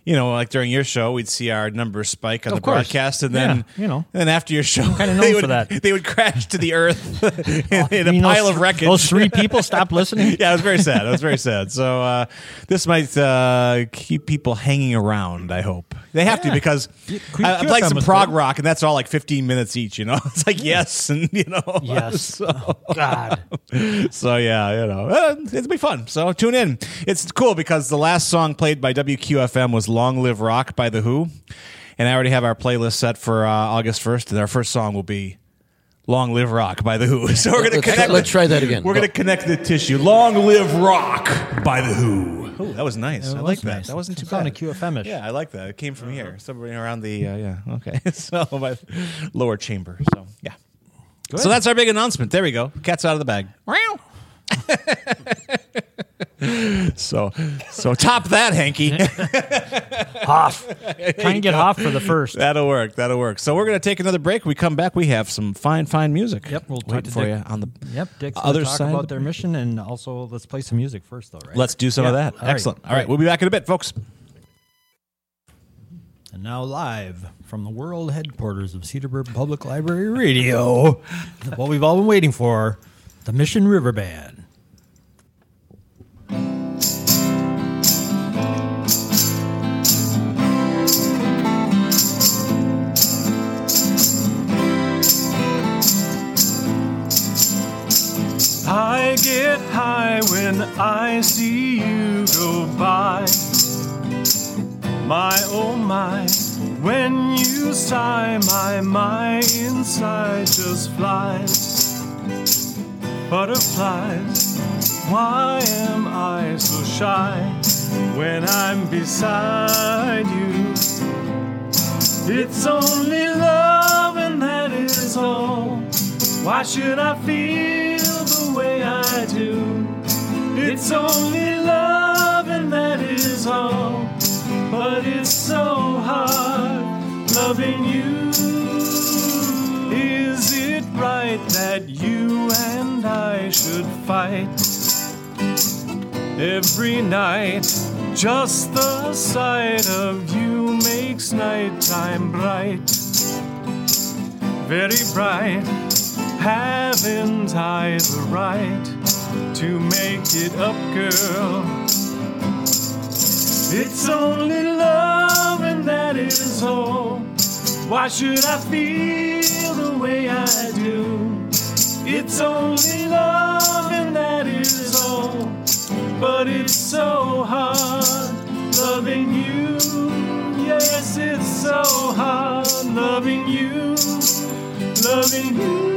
Speaker 3: you know, like during your show, we'd see our numbers spike on
Speaker 5: Of
Speaker 3: the
Speaker 5: course.
Speaker 3: broadcast, and then,
Speaker 5: Yeah, you know.
Speaker 3: and then after your show,
Speaker 5: kinda known
Speaker 3: they
Speaker 5: for
Speaker 3: would
Speaker 5: that. Oh,
Speaker 3: they would crash to the earth in, in a
Speaker 5: mean those
Speaker 3: pile of
Speaker 5: th-
Speaker 3: wreckage.
Speaker 5: those three people stopped listening?
Speaker 3: yeah, it was very sad. It was very sad. So uh, this might uh, keep people hanging around. I hope they have to
Speaker 5: Yeah.
Speaker 3: because
Speaker 5: Creep-
Speaker 3: I, I
Speaker 5: Creep
Speaker 3: like
Speaker 5: FM
Speaker 3: some
Speaker 5: was
Speaker 3: prog
Speaker 5: good.
Speaker 3: rock, and that's all like fifteen minutes each. You know, it's like yes, and you know,
Speaker 5: Yes. Oh,
Speaker 3: God. so yeah, you know, uh, it'll be fun. So tune in. It's cool because the last song played by WQFM was "Long Live Rock" by the Who, and I already have our playlist set for uh, August first, and our first song will be. Long live rock by the Who. So we're going to
Speaker 12: Let's try-
Speaker 3: connect.
Speaker 12: let's
Speaker 3: the-
Speaker 12: try that again.
Speaker 3: We're going to connect the tissue. Long live rock by the Who. Oh, that was nice. I like that. That wasn't too bad.
Speaker 5: Sounded QFM-ish.
Speaker 3: Yeah, I like that. It came
Speaker 5: Uh-huh.
Speaker 3: from here, somewhere around the uh, yeah. Okay, so my lower chamber. So yeah.
Speaker 5: Good.
Speaker 3: So that's our big announcement. There we go. Cat's out of the bag. Wow. So so top that, Hanky.
Speaker 13: Hoff. Try and get Hoff
Speaker 3: off
Speaker 13: for the first.
Speaker 3: That'll work. That'll work. So we're gonna take another break. We come back. We have some fine, fine music.
Speaker 5: Yep, we'll talk
Speaker 3: wait
Speaker 5: to
Speaker 3: for
Speaker 5: Dick-
Speaker 3: you on the
Speaker 5: Yep, Dick's gonna
Speaker 3: other
Speaker 5: talk
Speaker 3: side.
Speaker 5: about
Speaker 3: of the-
Speaker 5: their mission, and also let's play some music first, though, right?
Speaker 3: Let's do some of
Speaker 5: Yeah.
Speaker 3: that.
Speaker 5: All right.
Speaker 3: Excellent. All right, we'll be back in a bit, folks.
Speaker 5: And now, live from the world headquarters of Cedarburg Public Library Radio, what we've all been waiting for the Mission River Band.
Speaker 6: I get high when I see you go by. My oh my, when you sigh, my my inside just flies. Butterflies, why am I so shy when I'm beside you? It's only love, and that is all. Why should I feel the way I do? It's only love, and that is all. But it's so hard loving you. Is it right that you and I should fight? Every night, just the sight of you makes nighttime bright. Very bright. Haven't I the right to make it up, girl? It's only love, and that is all. Why should I feel the way I do? It's only love, and that is all. But it's so hard loving you. Yes, it's so hard loving you. Loving you.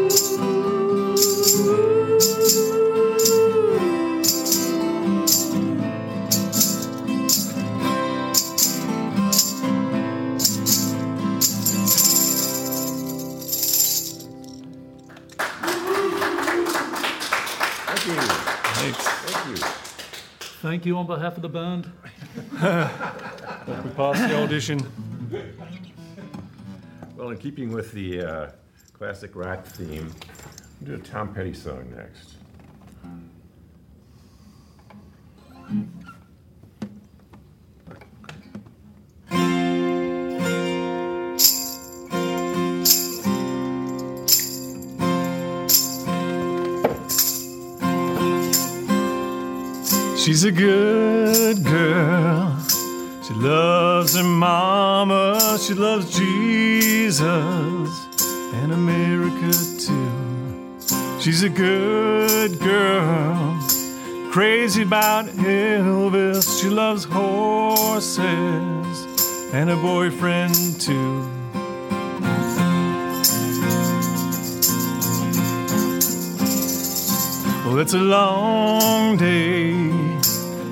Speaker 14: Thank you. Thanks. Thank you. Thank you on behalf of the band.
Speaker 15: Hope we pass the audition.
Speaker 16: Well, in keeping with the uh, classic rock theme, we'll do a Tom Petty song next.
Speaker 3: She's a good girl. She loves her mama. She loves Jesus and America too. She's a good girl. Crazy about Elvis. She loves horses and her boyfriend too. Well, it's a long day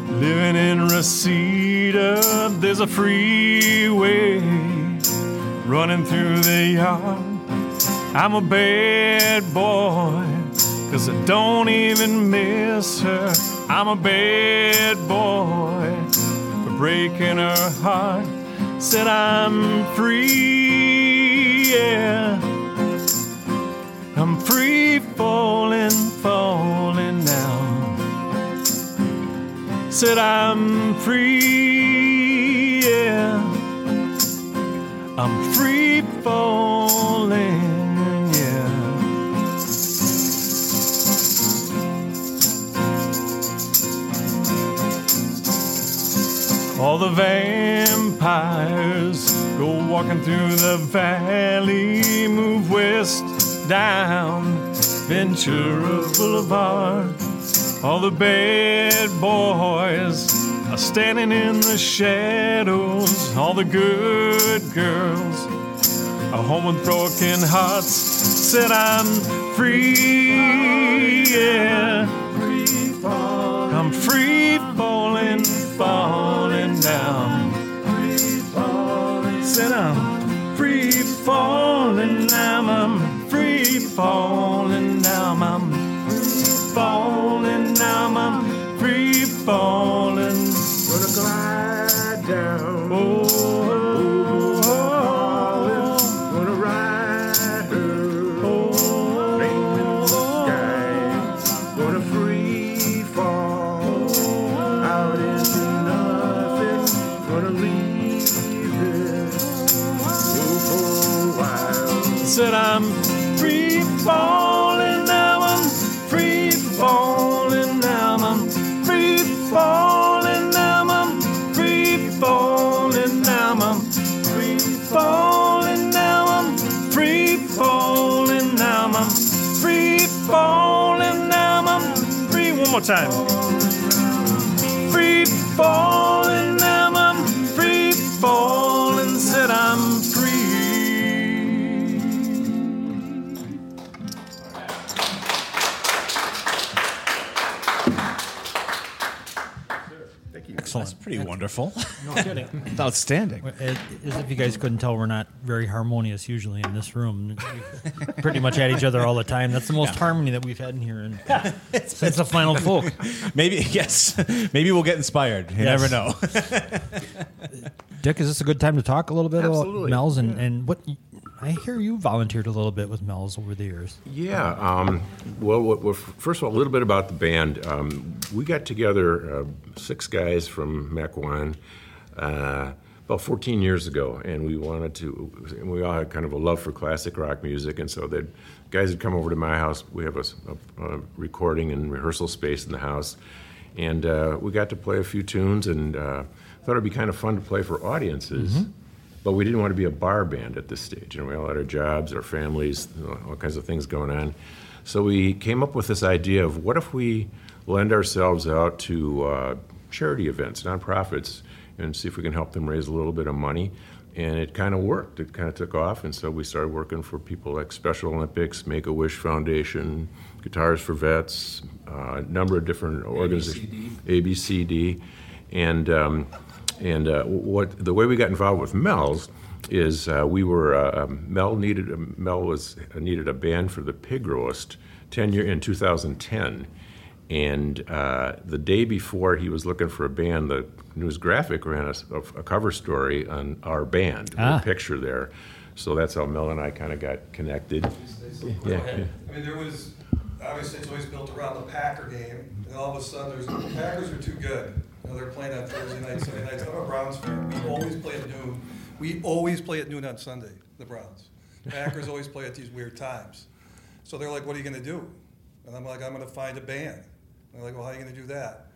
Speaker 3: living in Reseda. There's a freeway running through the yard. I'm a bad boy, cause I don't even miss her. I'm a bad boy for breaking her heart. Said I'm free, yeah. I'm free falling, falling down. Said I'm free, yeah. I'm free falling, yeah. All the vampires go walking through the valley, move west down Ventura Boulevard. All the bad boys are standing in the shadows, all the good girls a home with broken hearts. Said I'm free, yeah. I'm free falling, falling down. Said I'm free falling now. I'm free falling now. I'm free falling now. I'm free falling. Gonna glide down. oh, oh, oh. Gonna ride her oh, sky. Gonna free fall out into nothing. Gonna leave it for a while. Said I'm free falling now. I'm free falling now. I'm free falling now. I'm free falling now. I'm free falling now. I'm free falling now. I'm free falling now. I'm free. One more time. Free falling now. I'm free falling. Said I'm free.
Speaker 17: Excellent. That's pretty wonderful.
Speaker 5: No kidding.
Speaker 17: Outstanding.
Speaker 5: Well, it- As if you guys couldn't tell, we're not very harmonious usually in this room. We pretty much at each other all the time. That's the most
Speaker 17: Yeah.
Speaker 5: harmony that we've had in here in, since the final folk.
Speaker 17: Maybe yes. Maybe we'll get inspired. You
Speaker 5: Yes.
Speaker 17: never know.
Speaker 5: Dick, is this a good time to talk a little bit
Speaker 6: Absolutely,
Speaker 5: about Mel's and, and what I hear you volunteered a little bit with Mel's over the years.
Speaker 6: Yeah. Um, well, what, what, first of all, a little bit about the band. Um, we got together, uh, six guys from Macwan, uh, about 14 years ago, and we wanted to. and We all had kind of a love for classic rock music, and so the guys would come over to my house. We have a, s- a- a recording and rehearsal space in the house, and uh, we got to play a few tunes, and uh, thought it'd be kind of fun to play for audiences
Speaker 3: Mhm.
Speaker 6: but we didn't want to be a bar band at this stage. And we all had our jobs, our families, you know, all kinds of things going on. So we came up with this idea of what if we lend ourselves out to uh, charity events, nonprofits, and see if we can help them raise a little bit of money. And it kind of worked. It kind of took off. And so we started working for people like Special Olympics, Make a Wish Foundation, Guitars for Vets, uh, a number of different organizations, ABCD. And um, and uh, what the way we got involved with Mel's is uh, we were uh, um, Mel needed Mel was uh, needed a band for the pig roast ten year in 2010, and uh, the day before he was looking for a band, the News Graphic ran us a, a cover story on our band,
Speaker 3: Ah.
Speaker 6: a picture there. So that's how Mel and I kind of got connected. Yeah.
Speaker 18: I mean, there was, obviously, it's always built around the Packer game, and all of a sudden, there's, the Packers are too good. You know, they're playing on Thursday nights, Sunday nights. I'm a Browns fan. We always play at noon. We always play at noon on Sunday, the Browns. Packers always play at these weird times. So they're like, what are you going to do? And I'm like, I'm going to find a band. And they're like, well, how are you going to do that?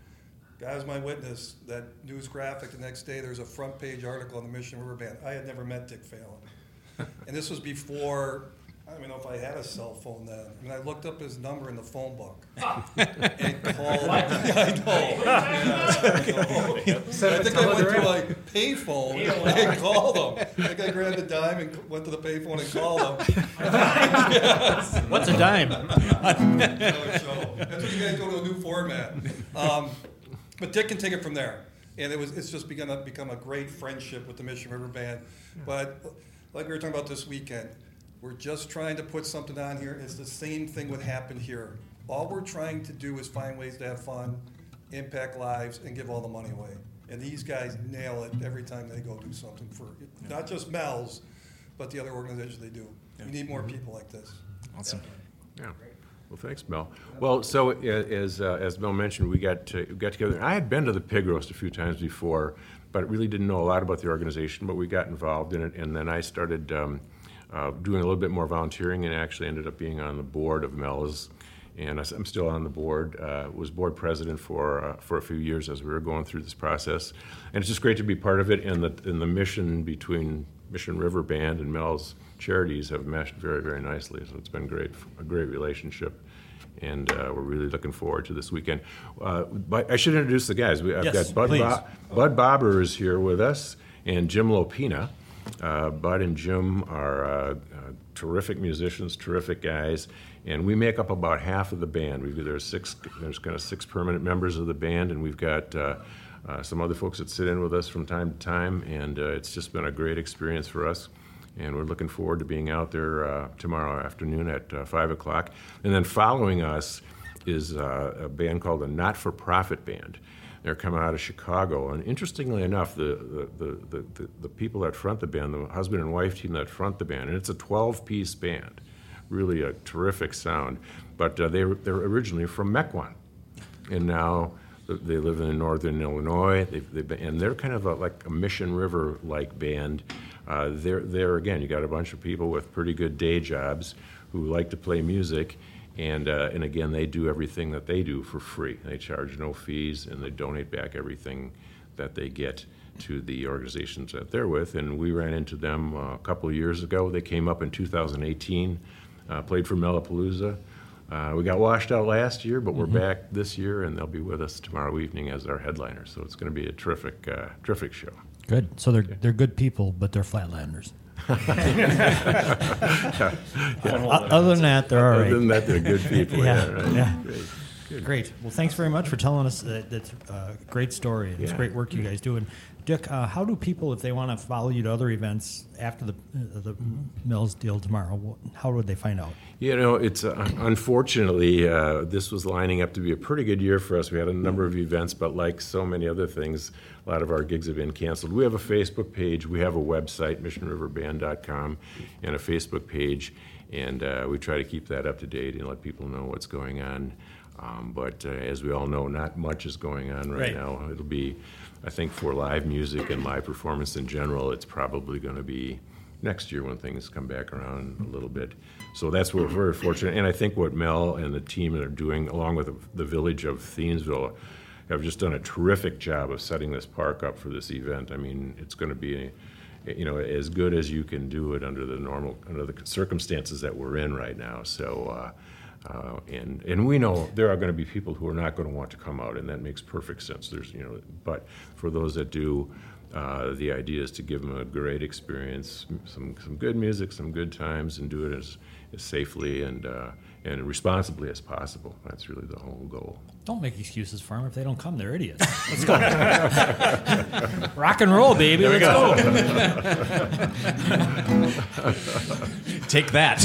Speaker 11: That was my witness, that news graphic. The next day, there's a front page article on the Michigan River Band. I had never met Dick Phelan. And this was before, I don't even know if I had a cell phone then. I mean, I looked up his number in the phone book. and called.
Speaker 9: What?
Speaker 11: I know. Yeah, I know.
Speaker 9: Send a
Speaker 11: I think I went to
Speaker 9: telegram.
Speaker 11: like payphone and called him. I think I grabbed a dime and went to the payphone and called him.
Speaker 10: What's a dime?
Speaker 11: Another show. That's what you guys go to a new format. Um, but Dick can take it from there, and it was it's just begun to become a great friendship with the Michigan River Band. But like we were talking about this weekend, we're just trying to put something on here. It's the same thing would happen here. All we're trying to do is find ways to have fun, impact lives, and give all the money away. And these guys nail it every time they go do something for not just Mel's, but the other organizations they do. We need more people like this.
Speaker 3: Awesome.
Speaker 6: Yeah. Well, thanks, Mel. Well, so uh, as, uh, as Mel mentioned, we got, to, we got together. I had been to the pig roast a few times before, but really didn't know a lot about the organization, but we got involved in it, and then I started um, uh, doing a little bit more volunteering and actually ended up being on the board of Mel's. And I s- I'm still on the board, uh, was board president for, uh, for a few years as we were going through this process. And it's just great to be part of it, and the, and the mission between Mission River Band and Mel's charities have meshed very, very nicely. So it's been great, a great relationship, and uh, we're really looking forward to this weekend. Uh, but I should introduce the guys. We, I've
Speaker 19: Yes,
Speaker 6: got Bud,
Speaker 19: please.
Speaker 6: Bo- Bud Bobber is here with us, and Jim Lopina. Uh, Bud and Jim are uh, uh, terrific musicians, terrific guys, and we make up about half of the band. We've there's six there's kind of six permanent members of the band, and we've got. Uh, uh, some other folks that sit in with us from time to time, and uh, it's just been a great experience for us. And we're looking forward to being out there uh, tomorrow afternoon at uh, 5 o'clock. And then following us is uh, a band called the Not for Profit Band. They're coming out of Chicago. And interestingly enough, the, the, the, the- the, the people that front the band, the husband and wife team that front the band, and it's a 12 piece band, really a terrific sound. But uh, they, were- they're originally from Mequon and now th- they live in northern Illinois. They've, they've been, and they're kind of a, like a Mission River like band. Uh, they're there again. You got a bunch of people with pretty good day jobs who like to play music, and uh, and again they do everything that they do for free. They charge no fees and they donate back everything that they get to the organizations that they're with. And we ran into them uh, a couple of years ago. They came up in 2018, uh, played for Mellapalooza. Uh, we got washed out last year, but we're
Speaker 19: Mhm.
Speaker 6: back this year, and they'll be with us tomorrow evening as our headliner. So it's going to be a terrific, uh, terrific show.
Speaker 5: Good. So they're they're good people, but they're flatlanders.
Speaker 6: Yeah.
Speaker 5: O- Other than that, they're all
Speaker 6: Other
Speaker 5: right.
Speaker 6: than that, they're good people, yeah, right.
Speaker 5: yeah.
Speaker 6: Great.
Speaker 5: Great. Well, thanks very much for telling us that. That's a great story. and It's
Speaker 6: Yeah.
Speaker 5: great work you guys do. And Dick, uh, how do people, if they want to follow you to other events after the uh, the Mills deal tomorrow, wh- how would they find out?
Speaker 6: You know, it's uh, unfortunately uh, this was lining up to be a pretty good year for us. We had a number of events, but like so many other things, a lot of our gigs have been canceled. We have a Facebook page, we have a website, missionriverband.com, and a Facebook page, and uh, we try to keep that up to date and let people know what's going on. Um, but uh, as we all know, not much is going on right,
Speaker 19: Right.
Speaker 6: now. It'll be, I think, for live music and live performance in general, it's probably going to be next year when things come back around a little bit. So that's where we're very fortunate. And I think what Mel and the team are doing, along with the village of Thiensville, have just done a terrific job of setting this park up for this event. I mean, it's going to be, you know, as good as you can do it under the normal, under the circumstances that we're in right now. So, uh, uh, and and we know there are going to be people who are not going to want to come out, and that makes perfect sense. There's, you know, but for those that do, uh, the idea is to give them a great experience, m- some some good music, some good times, and do it as, as safely and uh, and responsibly as possible. That's really the whole goal.
Speaker 10: Don't make excuses for them. If they don't come, they're idiots. Let's go. Rock and roll, baby.
Speaker 3: There we
Speaker 10: Let's go.
Speaker 3: Take that.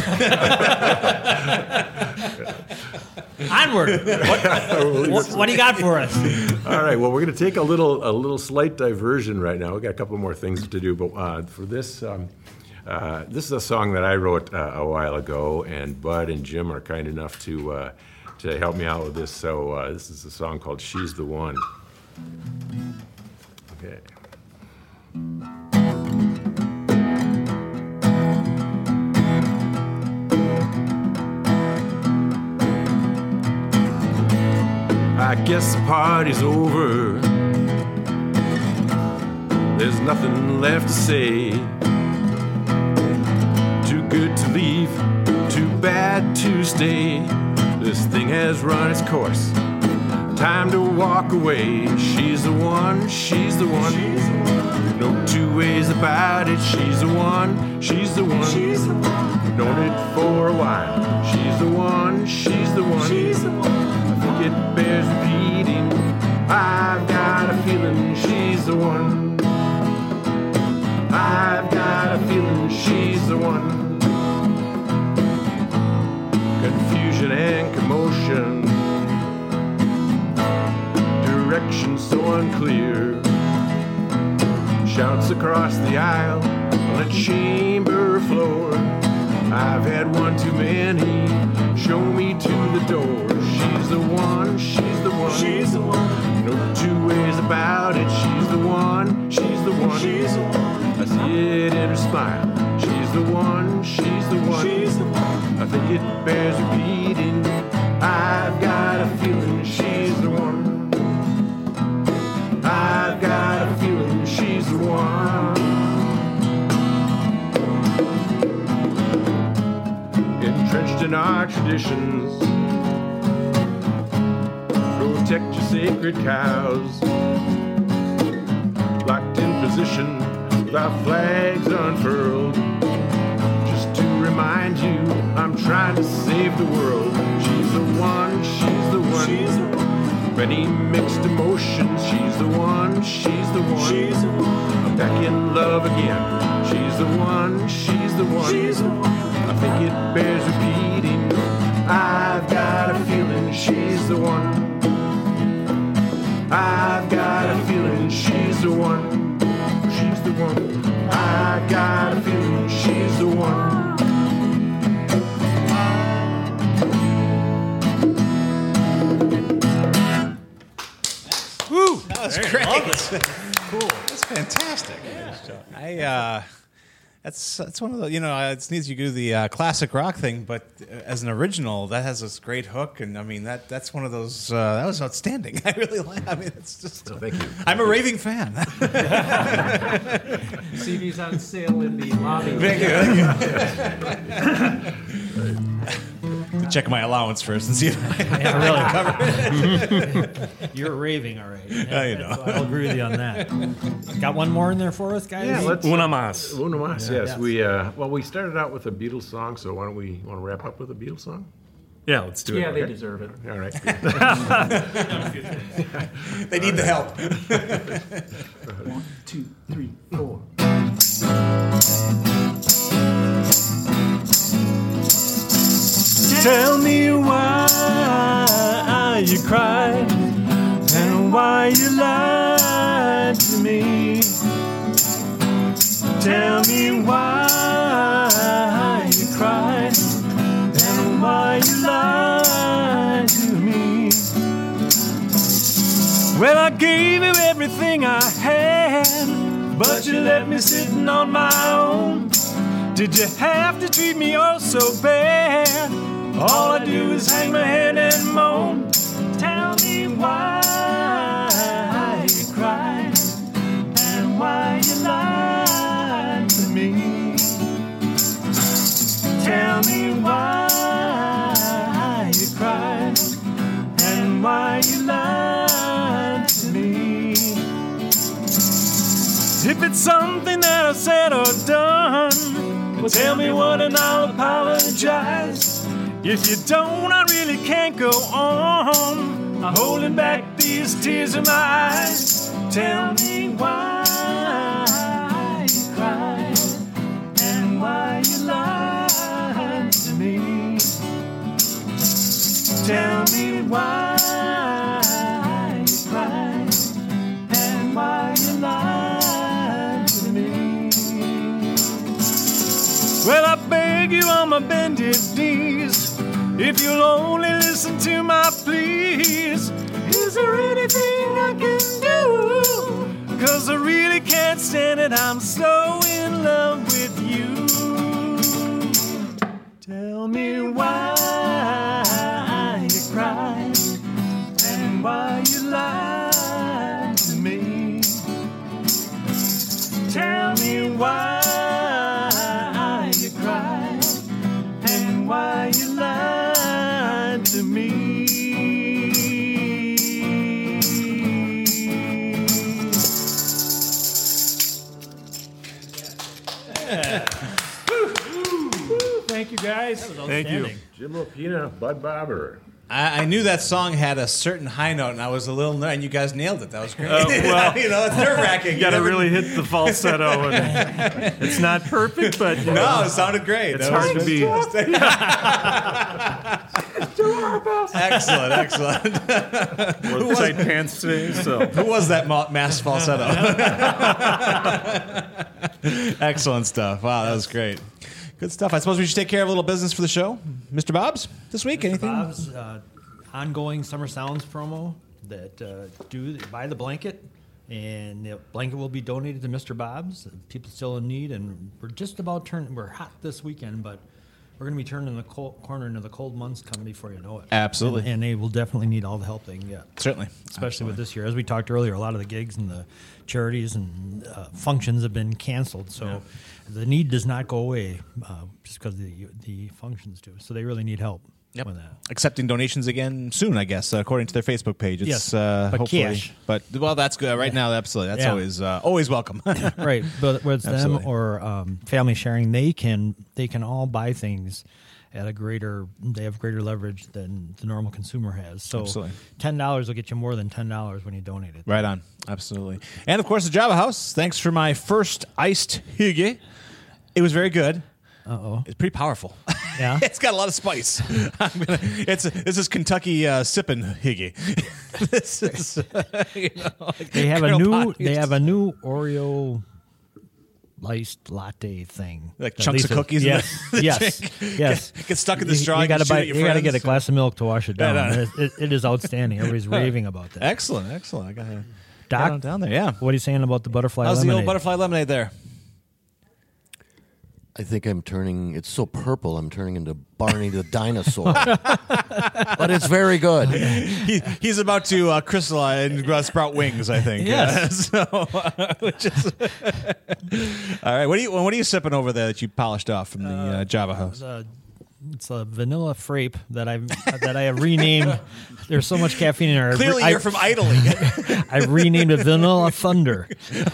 Speaker 10: Onward. What, what, what do you got for us?
Speaker 6: All right. Well, we're going to take a little a little slight diversion right now. We got a couple more things to do, but uh, for this. Um, uh, this is a song that I wrote uh, a while ago, and Bud and Jim are kind enough to uh, to help me out with this. So uh, this is a song called "She's the One." Okay. I guess the party's over. There's nothing left to say. Too good to leave, too bad to stay. This thing has run its course. Time to walk away. She's the one, she's the one. No two ways about it. She's the one, she's the one. She's the one. Known it for a while. She's the one, she's the one. She's the one. I think it bears repeating. I've got a feeling she's the one. I've got a feeling she's the one. Confusion and commotion. Direction so unclear. Shouts across the aisle on a chamber floor. I've had one too many. Show me to the door. She's the one, she's the one. She's the one. No two ways about it. She's the one, she's the one. She's the one. I see it in her smile. She's the one, she's the one. She's the one. I think it bears repeating. I've got a feeling she's the one. I've got a feeling she's the one. entrenched in our traditions. Protect your sacred cows. Locked in position with our flags unfurled. Just to remind you, I'm trying to save the world. She's the one, she's the one. She's the one. Many mixed emotions. She's the one, she's the one. She's the one. I'm back in love again. She's the one, she's the one. She's the one. I think it bears repeating. I've got a feeling she's the one. I've got a feeling she's the one. She's the one. I got a feeling she's the one.
Speaker 3: Woo! That was
Speaker 5: There you
Speaker 3: great.
Speaker 5: go.
Speaker 3: cool. That's fantastic. I uh, that's that's one of the you know uh, it's neat you do the uh, classic rock thing, but uh, as an original that has this great hook, and I mean that that's one of those uh, that was outstanding. I really like. I mean, it's just. thank you. I'm a raving fan.
Speaker 20: CD's on sale in the lobby.
Speaker 3: Thank you. Thank you. Check my allowance first and see if I
Speaker 21: Yeah,
Speaker 3: cover
Speaker 21: really.
Speaker 3: it.
Speaker 21: You're raving already.
Speaker 3: I know.
Speaker 21: So I'll agree with you on that. Got one more in there for us, guys?
Speaker 6: Yeah, let's.
Speaker 7: Una más.
Speaker 6: Una más,
Speaker 7: Yeah.
Speaker 6: yes.
Speaker 7: Yes.
Speaker 6: We, uh, well, we started out with a Beatles song, so why don't we want to wrap up with a Beatles song?
Speaker 7: Yeah, let's do it.
Speaker 6: Yeah, they
Speaker 7: okay?
Speaker 6: deserve it. All right.
Speaker 7: They need the help.
Speaker 20: One, two, three, four.
Speaker 5: Tell me why you cried and why you lied to me. Tell me why you cried and why you lied to me. Well, I gave you everything I had, but you left me sitting on my own. Did you have to treat me all so bad? All I do is hang my head and moan. Tell me why you cried and why you lied to me. Tell me why you cried and why you lied to me. If it's something that I've said or done, well, tell me what and I'll apologize. If you don't, I really can't go on. I'm holding back these tears in my eyes. Tell me why you cried and why you lied to me. Tell me why you cried and why you lied to me. Well, I beg you on my bended knees, if you'll only listen to my pleas. Is there anything I can do? Cause I really can't stand it, I'm so in love with you. Tell me why you cried and why
Speaker 22: Thank you, guys.
Speaker 6: Jim Lapina, Bud Bobber.
Speaker 3: I, I knew that song had a certain high note, and I was a little ner- and you guys nailed it. That was great.
Speaker 8: Uh, well,
Speaker 3: you know, it's nerve wracking.
Speaker 8: You got to really hit the falsetto, and it's not perfect, but you
Speaker 3: No,
Speaker 8: know,
Speaker 3: it sounded great.
Speaker 8: It's
Speaker 3: That
Speaker 8: hard to
Speaker 3: was
Speaker 8: be.
Speaker 3: excellent, excellent. Who
Speaker 8: Wore
Speaker 3: was-
Speaker 8: tight pants today, so
Speaker 3: Who was that ma- mass falsetto? Excellent stuff. Wow, that was great. Good stuff. I suppose we should take care of a little business for the show. Mr. Bob's this week, anything?
Speaker 5: Bob's uh, ongoing Summer Sounds promo that uh, do buy the blanket, and the blanket will be donated to Mr. Bob's. People still in need, and we're just about turning. We're hot this weekend, but we're going to be turning the cold, corner into the cold months come before you know it.
Speaker 3: Absolutely.
Speaker 5: and, and they will definitely need all the help they can get.
Speaker 3: Certainly.
Speaker 5: especially with this year, as we talked earlier, a lot of the gigs and the charities and uh, functions have been canceled. So the need does not go away uh, just because the the functions do. So they really need help.
Speaker 3: Yep.
Speaker 5: with that.
Speaker 3: Accepting donations again soon, I guess, uh, according to their Facebook page. It's,
Speaker 5: Yes,
Speaker 3: uh,
Speaker 5: but
Speaker 3: hopefully,
Speaker 5: cash.
Speaker 3: But well, that's good right now. Absolutely, that's
Speaker 5: Yeah.
Speaker 3: always uh, always welcome.
Speaker 5: right but whether it's
Speaker 3: Absolutely.
Speaker 5: them or um, family sharing they can they can all buy things at a greater they have greater leverage than the normal consumer has so
Speaker 3: Absolutely.
Speaker 5: $10 will get you more than $10 when you donate it
Speaker 3: Right on. Absolutely. And of course, the Java House. Thanks for my first iced hygge. It was very good.
Speaker 5: Uh oh.
Speaker 3: It's pretty powerful.
Speaker 5: Yeah.
Speaker 3: it's got a lot of spice. I'm gonna, it's this is Kentucky uh, sipping hygge. this is uh, you know,
Speaker 5: they have a
Speaker 3: Colonel
Speaker 5: new
Speaker 3: Potty
Speaker 5: they
Speaker 3: is-
Speaker 5: have a new oreo liced latte thing
Speaker 3: Like
Speaker 5: At
Speaker 3: chunks
Speaker 5: least
Speaker 3: of
Speaker 5: it-
Speaker 3: cookies in
Speaker 5: yes
Speaker 3: the- the
Speaker 5: yes
Speaker 3: drink.
Speaker 5: yes
Speaker 3: Get- get stuck in the
Speaker 5: You-
Speaker 3: straw,
Speaker 5: you
Speaker 3: you
Speaker 5: gotta
Speaker 3: shoot
Speaker 5: buy
Speaker 3: at your
Speaker 5: you gotta get a
Speaker 3: friends.
Speaker 5: glass of milk to wash it
Speaker 3: Right
Speaker 5: down
Speaker 3: on.
Speaker 5: It- it- it is outstanding everybody's raving about that
Speaker 3: Excellent, excellent. I got to
Speaker 5: Doc,
Speaker 3: on down there. Yeah.
Speaker 5: What are you saying about the butterfly
Speaker 3: How's the
Speaker 5: lemonade?
Speaker 3: old butterfly lemonade there?
Speaker 4: I think I'm turning. It's so purple. I'm turning into Barney the dinosaur. but it's very good.
Speaker 3: He, he's about to uh, crystallize and uh, sprout wings. I think.
Speaker 4: Yes.
Speaker 3: Uh, so, uh, which is- all right. What are you What are you sipping over there that you polished off from the uh, Java House?
Speaker 5: Uh, it's a vanilla frappe that I that I have renamed. There's so much caffeine in it. I re-
Speaker 3: Clearly,
Speaker 5: I-
Speaker 3: you're from Italy.
Speaker 5: I renamed it Vanilla Thunder,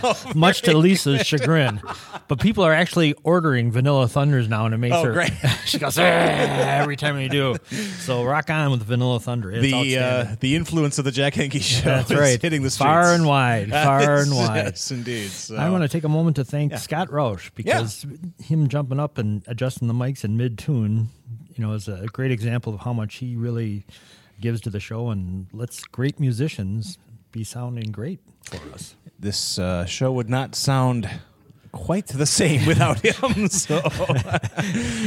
Speaker 3: Oh
Speaker 5: much to Lisa's chagrin. But people are actually ordering Vanilla Thunders now, and it makes
Speaker 3: Oh,
Speaker 5: her.
Speaker 3: great.
Speaker 5: she goes "Ah," every time they do. So rock on with Vanilla Thunder. It's
Speaker 3: the
Speaker 5: outstanding.
Speaker 3: uh, the influence of the Jack Henke show
Speaker 5: That's
Speaker 3: is
Speaker 5: right.
Speaker 3: hitting the streets
Speaker 5: Far and wide, far and
Speaker 3: Yes,
Speaker 5: wide.
Speaker 3: Yes, indeed. So.
Speaker 5: I want to take a moment to thank
Speaker 3: Yeah.
Speaker 5: Scott Roush
Speaker 3: Yeah.
Speaker 5: because him jumping up and adjusting the mics in mid tune, you know, is a great example of how much he really gives to the show and lets great musicians be sounding great for us.
Speaker 3: this uh, show would not sound quite the same without him. So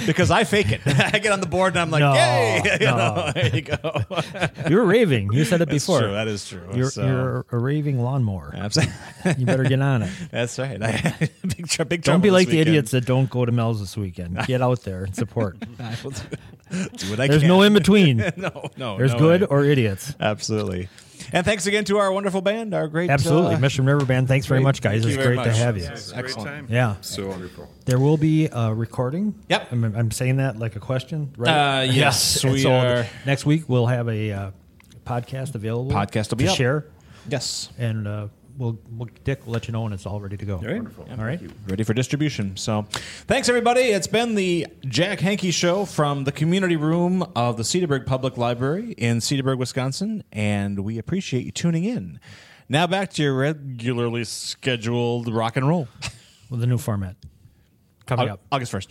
Speaker 3: because I fake it, I get on the board and I'm like,
Speaker 5: No,
Speaker 3: yay! You
Speaker 5: no.
Speaker 3: know, there you go.
Speaker 5: You're raving. You said it
Speaker 3: That's
Speaker 5: before.
Speaker 3: true. That is true.
Speaker 5: You're,
Speaker 3: So-
Speaker 5: you're a raving lawnmower.
Speaker 3: Absolutely.
Speaker 5: You better get on it.
Speaker 3: That's right. I, big tr- big
Speaker 5: Don't
Speaker 3: trouble
Speaker 5: be
Speaker 3: this
Speaker 5: like the
Speaker 3: weekend.
Speaker 5: idiots that don't go to Mel's this weekend. Get out there and support.
Speaker 3: I will do, do what I
Speaker 5: There's
Speaker 3: can.
Speaker 5: no in between.
Speaker 3: no, no.
Speaker 5: There's
Speaker 3: no
Speaker 5: good
Speaker 3: way.
Speaker 5: or idiots.
Speaker 3: Absolutely. And thanks again to our wonderful band, our great
Speaker 5: Absolutely.
Speaker 3: uh,
Speaker 5: Mission River Band, thanks very
Speaker 3: great-
Speaker 5: much, guys.
Speaker 3: thank
Speaker 5: It's
Speaker 3: you very
Speaker 5: great to
Speaker 3: much.
Speaker 5: have you.
Speaker 3: Yeah, it's a great Excellent. time.
Speaker 5: Yeah.
Speaker 6: So wonderful.
Speaker 5: There will be a recording.
Speaker 3: Yep.
Speaker 5: I'm, I'm saying that like a question,
Speaker 3: Uh,
Speaker 5: right?
Speaker 3: yes,
Speaker 5: And
Speaker 3: we
Speaker 5: so
Speaker 3: are-
Speaker 5: Next week, we'll have a uh, podcast available.
Speaker 3: Podcast will be
Speaker 5: to
Speaker 3: up.
Speaker 5: share.
Speaker 3: Yes.
Speaker 5: And uh, we'll, we'll, Dick will let you know when it's all ready to go. All right. All right.
Speaker 3: ready for distribution. So, thanks everybody. It's been the Jack Henke Show from the community room of the Cedarburg Public Library in Cedarburg, Wisconsin, and we appreciate you tuning in. Now back to your regularly scheduled rock and roll
Speaker 5: with the new format coming
Speaker 3: Au-
Speaker 5: up.
Speaker 3: August first.